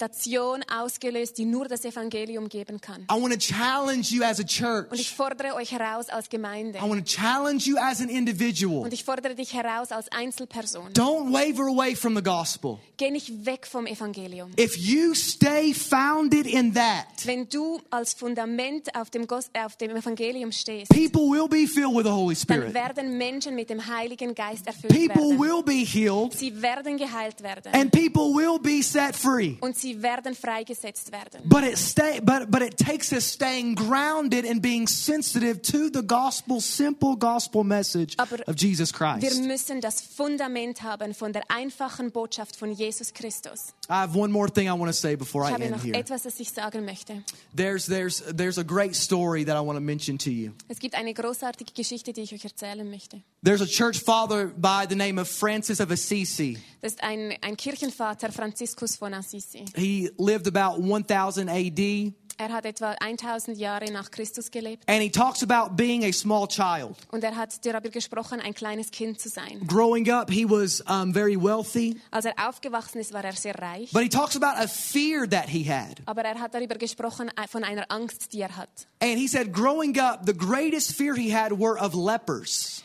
Speaker 2: Manifestation ausgelöst, die nur das Evangelium geben kann.
Speaker 1: I want to challenge you as a
Speaker 2: Und ich
Speaker 1: church.
Speaker 2: fordere euch heraus als Gemeinde.
Speaker 1: I want to challenge you as an individual.
Speaker 2: Und ich fordere dich heraus als Einzelperson.
Speaker 1: Don't waver away from the gospel.
Speaker 2: Geh nicht weg vom Evangelium.
Speaker 1: If you stay founded in that,
Speaker 2: Wenn du als Fundament auf dem, Gos äh, auf dem Evangelium stehst,
Speaker 1: people will be filled with the Holy
Speaker 2: dann
Speaker 1: Spirit.
Speaker 2: werden Menschen mit dem Heiligen Geist erfüllt
Speaker 1: People
Speaker 2: werden.
Speaker 1: will be healed
Speaker 2: Sie werden geheilt werden.
Speaker 1: and people will be set free.
Speaker 2: und sie werden freigesetzt werden.
Speaker 1: But it stay, but but it takes us staying grounded and being sensitive to the gospel, simple gospel message
Speaker 2: Aber
Speaker 1: of Jesus
Speaker 2: Wir
Speaker 1: Christ.
Speaker 2: müssen das Fundament haben von der einfachen Botschaft von Jesus Christus.
Speaker 1: I have one more thing I want to say before
Speaker 2: Ich
Speaker 1: I
Speaker 2: habe
Speaker 1: end
Speaker 2: noch
Speaker 1: here.
Speaker 2: etwas, das ich sagen möchte.
Speaker 1: There's there's there's a great story that I want to mention to you.
Speaker 2: Es gibt eine großartige Geschichte, die ich euch erzählen möchte.
Speaker 1: There's a church father by the name of Francis of Assisi.
Speaker 2: Das ist ein, ein Kirchenvater, Franziskus von Assisi.
Speaker 1: He lived about 1000 AD and
Speaker 2: Er hat etwa 1000 Jahre nach Christus gelebt
Speaker 1: he talks about being a small child.
Speaker 2: und er hat darüber gesprochen, ein kleines Kind zu sein.
Speaker 1: Growing up, he was um, very wealthy,
Speaker 2: Als er aufgewachsen ist, war er sehr reich,
Speaker 1: but he talks about a fear that he had.
Speaker 2: aber er hat darüber gesprochen äh, von einer Angst, die er hat.
Speaker 1: And he said, growing up, the greatest fear he had were of lepers.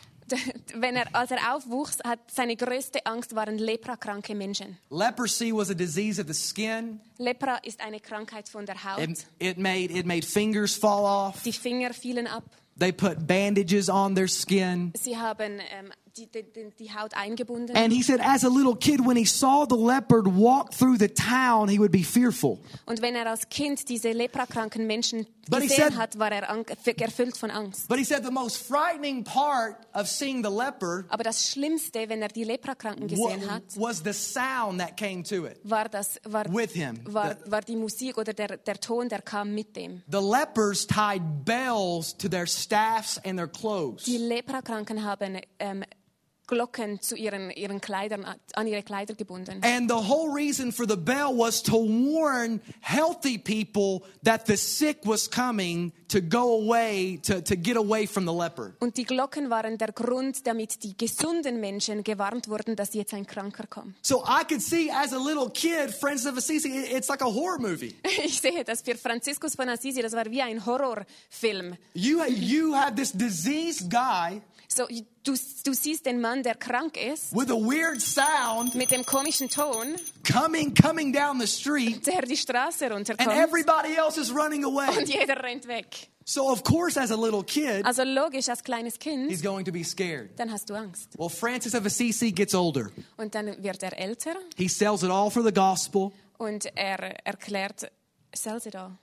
Speaker 2: Wenn er, als er aufwuchs, hat seine größte Angst waren leprakranke Menschen.
Speaker 1: Leprosy was a disease of the skin.
Speaker 2: Lepra ist eine Krankheit von der Haut.
Speaker 1: It, it made it made fingers fall off.
Speaker 2: Die Finger fielen ab.
Speaker 1: They put bandages on their skin.
Speaker 2: Sie haben ähm, die, die- die, die Haut eingebunden.
Speaker 1: And he said, as a little kid, when he saw the leopard walk through the town, he would be fearful.
Speaker 2: Und wenn er als Kind diese leprakranken Menschen
Speaker 1: But he
Speaker 2: gesehen
Speaker 1: said-
Speaker 2: hat, war er ang- erfüllt von Angst.
Speaker 1: But he said the most frightening part of seeing the leopard
Speaker 2: Aber das Schlimmste, wenn er die Leprakranken
Speaker 1: wa-
Speaker 2: gesehen hat,
Speaker 1: was the sound that came to it.
Speaker 2: war, das, war,
Speaker 1: With him.
Speaker 2: war, war die Musik oder der, der Ton, der kam mit dem.
Speaker 1: The lepers tied bells to their staffs and their
Speaker 2: Die
Speaker 1: clothes.
Speaker 2: Leprakranken haben ähm, Glocken zu ihren, ihren Kleidern, an ihre Kleider gebunden.
Speaker 1: And the whole reason for the bell was to warn healthy people that the sick was coming to go away, to, to get away from the leopard.
Speaker 2: Und die Glocken waren der Grund, damit die gesunden Menschen gewarnt wurden, dass jetzt ein Kranker kommt.
Speaker 1: So I could see as a little kid, Friends of Assisi, it- it's like a horror movie.
Speaker 2: Ich sehe das für Franziskus von Assisi, das war wie ein Horrorfilm.
Speaker 1: You, you have this diseased guy
Speaker 2: So, du, du siehst den Mann, der krank ist,
Speaker 1: with a weird sound
Speaker 2: mit dem komischen Ton,
Speaker 1: coming, coming down the street,
Speaker 2: der die Straße
Speaker 1: and
Speaker 2: runterkommt
Speaker 1: everybody else is running away.
Speaker 2: und jeder rennt weg.
Speaker 1: So, of course, as a little kid,
Speaker 2: Also logisch, als kleines Kind,
Speaker 1: he's going to be scared.
Speaker 2: dann hast du Angst.
Speaker 1: Well, Francis of Assisi gets older.
Speaker 2: Und dann wird er älter
Speaker 1: He sells it all for the gospel.
Speaker 2: und er erklärt, sell sie da.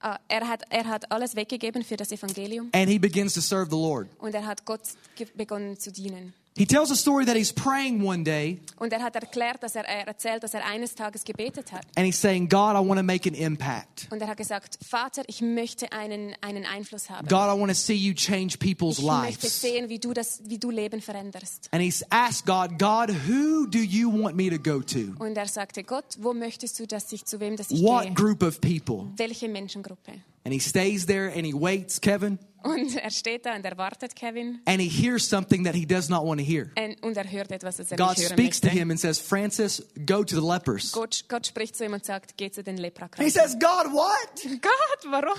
Speaker 2: Ah, er, hat, er hat alles weggegeben für das Evangelium
Speaker 1: and he begins to serve the Lord.
Speaker 2: und er hat Gott ge- begonnen zu dienen.
Speaker 1: He tells a story that he's praying one day
Speaker 2: Und er hat erklärt, dass er, er erzählt, dass er eines Tages gebetet hat.
Speaker 1: and he's saying, God, I want to make an impact.
Speaker 2: Und er hat gesagt, Vater, ich möchte einen, einen Einfluss haben.
Speaker 1: God, I want to see you change people's
Speaker 2: Ich möchte
Speaker 1: lives.
Speaker 2: sehen, wie du, das, wie du Leben veränderst.
Speaker 1: And he's asked God, God, who do you want me to go to?
Speaker 2: Und er sagte, Gott, wo möchtest du, dass ich zu wem, dass ich
Speaker 1: What
Speaker 2: gehe?
Speaker 1: group of people?
Speaker 2: Welche Menschengruppe?
Speaker 1: And he stays there and he waits, Kevin,
Speaker 2: Und er steht da und er wartet Kevin
Speaker 1: and he hears something that he does not want to hear.
Speaker 2: und und er hört etwas, das er
Speaker 1: God
Speaker 2: nicht hören
Speaker 1: speaks to
Speaker 2: möchte.
Speaker 1: him and says, Francis, go to the lepers.
Speaker 2: Gott, Gott spricht zu ihm und sagt, geh zu den
Speaker 1: He
Speaker 2: Leprakranken.
Speaker 1: says, God, what?
Speaker 2: Gott, warum?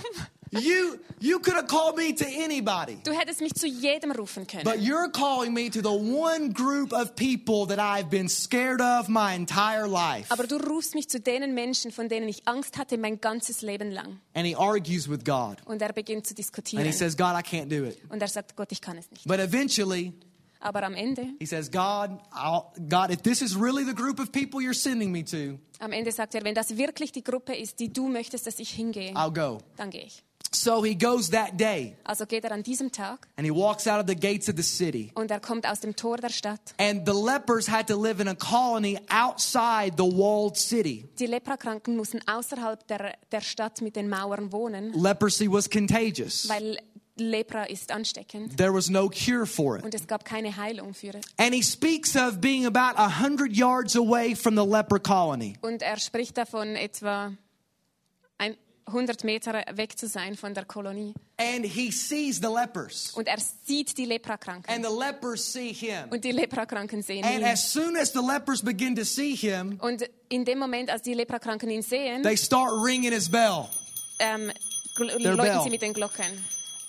Speaker 1: You you could have called me to anybody.
Speaker 2: Du hättest mich zu jedem rufen können.
Speaker 1: But you're calling me to the one group of people that I've been scared of my entire life.
Speaker 2: Aber du rufst mich zu denen Menschen, von denen ich Angst hatte mein ganzes Leben lang.
Speaker 1: And he argues with God.
Speaker 2: Und er beginnt zu
Speaker 1: And he
Speaker 2: diskutieren.
Speaker 1: says, God, I can't do it.
Speaker 2: Und er sagt, Gott, ich kann es nicht.
Speaker 1: But eventually,
Speaker 2: Aber am Ende,
Speaker 1: he says, God, I'll, God, if this is really the group of people you're sending me to,
Speaker 2: am Ende sagt er, wenn das wirklich die Gruppe ist, die du möchtest, dass ich hingehe,
Speaker 1: I'll go.
Speaker 2: dann gehe ich.
Speaker 1: So he goes that day
Speaker 2: Also geht er an diesem Tag
Speaker 1: and he walks out of the gates of the city.
Speaker 2: und er kommt aus dem Tor der Stadt.
Speaker 1: And the lepers had to live in a colony outside the walled city.
Speaker 2: Die Leprakranken mussten außerhalb der, der Stadt mit den Mauern wohnen,
Speaker 1: Leprosy was contagious.
Speaker 2: weil Lepra ist ansteckend
Speaker 1: There was no cure for it.
Speaker 2: und es gab keine Heilung für es.
Speaker 1: And he speaks of being about a 100 yards away from the leper colony.
Speaker 2: Und er spricht davon, etwa ein, 100 Meter weg zu sein von der Kolonie.
Speaker 1: And he sees the lepers.
Speaker 2: Und er sieht die Leprakranken
Speaker 1: And the lepers see him.
Speaker 2: und die Leprakranken sehen
Speaker 1: And
Speaker 2: ihn.
Speaker 1: as soon as the lepers begin to see him,
Speaker 2: Und in dem Moment, als die Leprakranken ihn sehen,
Speaker 1: they start ringing his bell.
Speaker 2: ähm, gl-
Speaker 1: Their
Speaker 2: läuten
Speaker 1: bell.
Speaker 2: sie mit den Glocken.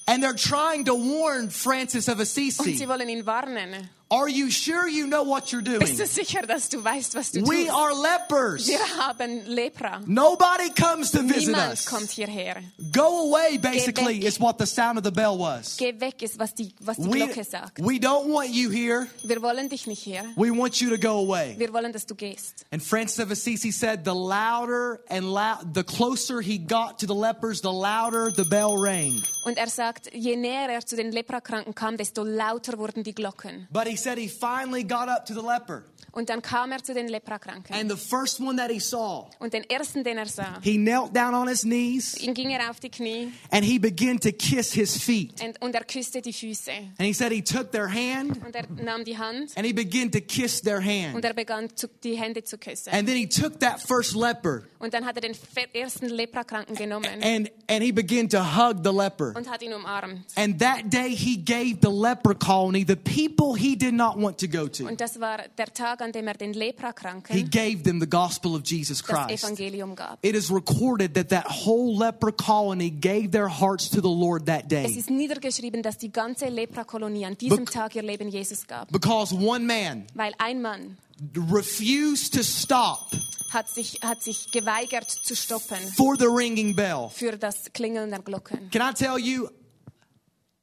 Speaker 1: And they're trying to warn Francis of
Speaker 2: Und sie
Speaker 1: Assisi
Speaker 2: wollen ihn warnen.
Speaker 1: Are you sure you know what you're doing?
Speaker 2: Bist du sicher, dass du weißt, was du
Speaker 1: We
Speaker 2: tust?
Speaker 1: are lepers.
Speaker 2: Wir haben Lepra.
Speaker 1: Nobody comes to visit
Speaker 2: Niemand kommt
Speaker 1: us.
Speaker 2: hierher.
Speaker 1: Go away, basically,
Speaker 2: weg.
Speaker 1: is what the sound of the bell was.
Speaker 2: Geh weg, ist was die, was die
Speaker 1: We,
Speaker 2: Glocke sagt.
Speaker 1: we don't want you here.
Speaker 2: Wir wollen dich nicht hier.
Speaker 1: We want you to go away.
Speaker 2: Wir wollen, dass du gehst.
Speaker 1: And Francis of Assisi said, the louder and loud, the closer he got to the lepers, the louder the bell rang.
Speaker 2: Und er sagt, je näher er zu den Leprakranken kam, desto lauter wurden die Glocken.
Speaker 1: But he said he finally got up to the leper.
Speaker 2: Und dann kam er zu den Leprakranken.
Speaker 1: And the first one that he saw,
Speaker 2: Und den ersten, den er sah,
Speaker 1: he knelt down on his knees
Speaker 2: ihn ging er auf die Knie
Speaker 1: and he began to kiss his feet.
Speaker 2: und, und er küsste die Füße.
Speaker 1: And he said he took their hand
Speaker 2: Und er nahm die Hand
Speaker 1: and he began to kiss their
Speaker 2: und
Speaker 1: hand.
Speaker 2: er begann, zu, die Hände zu küssen.
Speaker 1: And then he took that first leper
Speaker 2: Und dann hat er den fe- ersten Leprakranken genommen
Speaker 1: and, and he began to hug the leper.
Speaker 2: und hat ihn umarmt.
Speaker 1: And that day he gave the leper colony the people he did not want to go to.
Speaker 2: Und das war der Tag, Tag, an dem er den
Speaker 1: He
Speaker 2: Leprakranken
Speaker 1: gave them the gospel of Jesus
Speaker 2: das
Speaker 1: Christ.
Speaker 2: Evangelium gab.
Speaker 1: It is recorded that that whole leper colony gave their hearts to the Lord that
Speaker 2: Es
Speaker 1: day
Speaker 2: ist niedergeschrieben, dass die ganze Leprakolonie an diesem
Speaker 1: Bec-
Speaker 2: Tag ihr Leben Jesus gab,
Speaker 1: because one man
Speaker 2: weil ein Mann
Speaker 1: refused to stop
Speaker 2: hat sich, hat sich geweigert zu stoppen
Speaker 1: for the ringing bell.
Speaker 2: für das Klingeln der Glocken.
Speaker 1: Can I tell you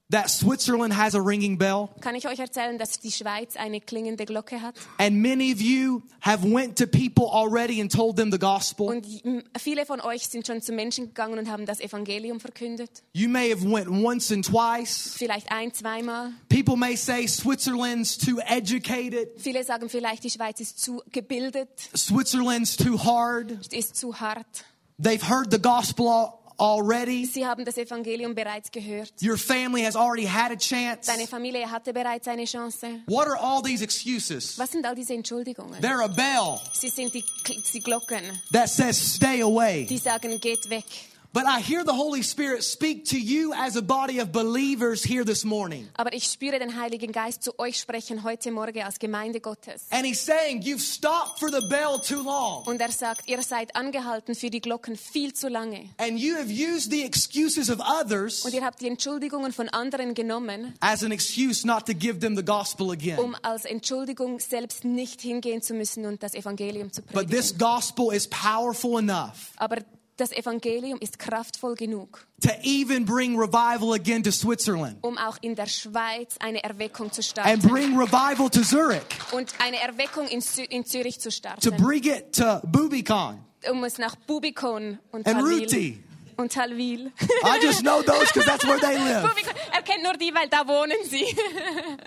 Speaker 1: that Switzerland has a ringing bell?
Speaker 2: Kann ich euch erzählen, dass die Schweiz eine klingende Glocke hat?
Speaker 1: And many of you have went to people already and told them the gospel.
Speaker 2: Und m- viele von euch sind schon zu Menschen gegangen und haben das Evangelium verkündet.
Speaker 1: You may have went once and twice.
Speaker 2: Vielleicht ein, zweimal.
Speaker 1: People may say Switzerland's too educated,
Speaker 2: Viele sagen vielleicht, die Schweiz ist zu gebildet,
Speaker 1: Switzerland's too hard.
Speaker 2: ist zu hart.
Speaker 1: They've heard the gospel al- already.
Speaker 2: Sie haben das Evangelium bereits gehört.
Speaker 1: Your family has already had a chance.
Speaker 2: Deine Familie hatte bereits eine Chance.
Speaker 1: What are all these excuses?
Speaker 2: Was sind all diese Entschuldigungen?
Speaker 1: They're a bell
Speaker 2: Sie sind die, Kl- die Glocken,
Speaker 1: that says stay away.
Speaker 2: die sagen, geht weg.
Speaker 1: But I hear the Holy Spirit speak to you as a body of believers here this morning.
Speaker 2: Aber ich spüre den Heiligen Geist zu euch sprechen heute Morgen als Gemeinde Gottes.
Speaker 1: And He's saying, You've stopped for the bell too long.
Speaker 2: Und er sagt, ihr seid angehalten für die Glocken viel zu lange.
Speaker 1: And you have used the excuses of others
Speaker 2: Und ihr habt die Entschuldigungen von anderen genommen,
Speaker 1: as an excuse not to give them the gospel again.
Speaker 2: um als Entschuldigung selbst nicht hingehen zu müssen und das Evangelium zu
Speaker 1: But this
Speaker 2: predigen.
Speaker 1: gospel is powerful enough
Speaker 2: Aber das Evangelium ist kraftvoll genug,
Speaker 1: to even bring revival again to Switzerland
Speaker 2: um auch in der Schweiz eine Erweckung zu
Speaker 1: and
Speaker 2: starten
Speaker 1: bring revival to Zurich,
Speaker 2: und eine Erweckung in, Zü in Zürich zu
Speaker 1: to
Speaker 2: starten,
Speaker 1: bring it to Bubicon.
Speaker 2: um es nach Bubikon und
Speaker 1: And
Speaker 2: Talwil
Speaker 1: Ruti.
Speaker 2: und Talwil.
Speaker 1: I just know those because that's where they live.
Speaker 2: Bubikon, er kennt nur die, weil da wohnen sie.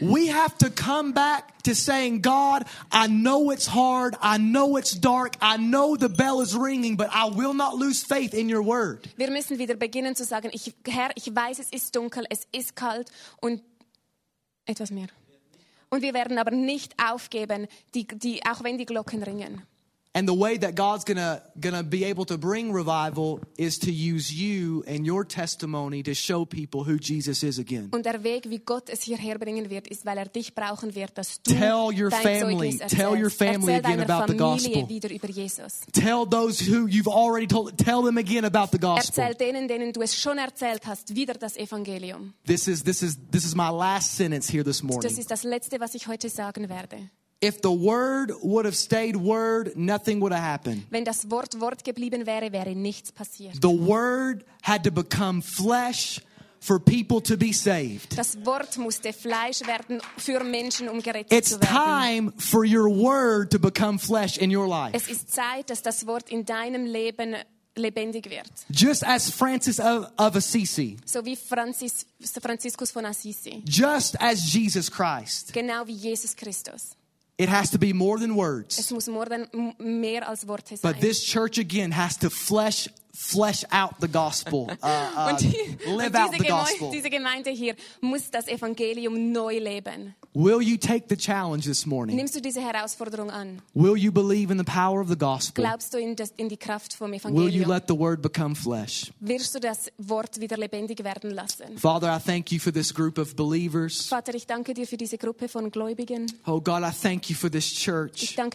Speaker 1: We have to come back to saying, God, I know it's hard. I know it's dark. I know the bell is ringing, but I will not lose faith in your word.
Speaker 2: Wir müssen wieder beginnen zu sagen, ich, Herr, ich weiß, es ist dunkel, es ist kalt und etwas mehr. Und wir werden aber nicht aufgeben, die, die, auch wenn die Glocken ringen.
Speaker 1: And the way that God's gonna, gonna be able to bring revival is to use you and your testimony to show people who Jesus is again.
Speaker 2: Und der Weg, wie Gott es hierher bringen wird, ist, weil er dich brauchen wird, dass du
Speaker 1: Tell your
Speaker 2: dein
Speaker 1: family,
Speaker 2: Zeugnis erzählst.
Speaker 1: tell your family
Speaker 2: Erzähl
Speaker 1: again
Speaker 2: deiner
Speaker 1: about the
Speaker 2: Familie
Speaker 1: gospel.
Speaker 2: wieder über Jesus.
Speaker 1: Tell those who you've already told, tell them again about the gospel.
Speaker 2: Erzähl denen, denen du es schon erzählt hast, wieder das Evangelium.
Speaker 1: This is, this is, this is my last sentence here this
Speaker 2: Das
Speaker 1: morning.
Speaker 2: ist das Letzte, was ich heute sagen werde.
Speaker 1: If the word would have stayed word, nothing would have happened.
Speaker 2: Wenn das Wort Wort geblieben wäre, wäre nichts passiert.
Speaker 1: The word had to become flesh for people to be saved.
Speaker 2: Das Wort musste Fleisch werden für Menschen, um gerettet
Speaker 1: It's
Speaker 2: zu werden.
Speaker 1: time for your word to become flesh in your life.
Speaker 2: Es ist Zeit, dass das Wort in deinem Leben lebendig wird.
Speaker 1: Just as Francis of, of Assisi,
Speaker 2: So wie Franzis, Franziskus von Assisi.
Speaker 1: just as Jesus Christ,
Speaker 2: Genau wie Jesus Christus.
Speaker 1: it has to be more than
Speaker 2: Es
Speaker 1: words.
Speaker 2: muss more than, m- mehr als Worte sein.
Speaker 1: But this church again has to flesh flesh out the gospel, uh, uh,
Speaker 2: und die, und
Speaker 1: live out
Speaker 2: diese,
Speaker 1: the
Speaker 2: Gemeinde,
Speaker 1: gospel.
Speaker 2: diese Gemeinde hier muss das Evangelium neu leben.
Speaker 1: Will you take the challenge this morning?
Speaker 2: Nimmst du diese Herausforderung an?
Speaker 1: Will you believe in the power of the gospel?
Speaker 2: Glaubst du in, das, in die Kraft vom
Speaker 1: Will you
Speaker 2: Evangelium?
Speaker 1: let the word become flesh?
Speaker 2: Wirst du das Wort wieder lebendig werden lassen?
Speaker 1: Father, I thank you for this group of believers.
Speaker 2: Vater, ich danke dir für diese Gruppe von Gläubigen.
Speaker 1: Oh God, I thank you for this
Speaker 2: Ich
Speaker 1: church.
Speaker 2: danke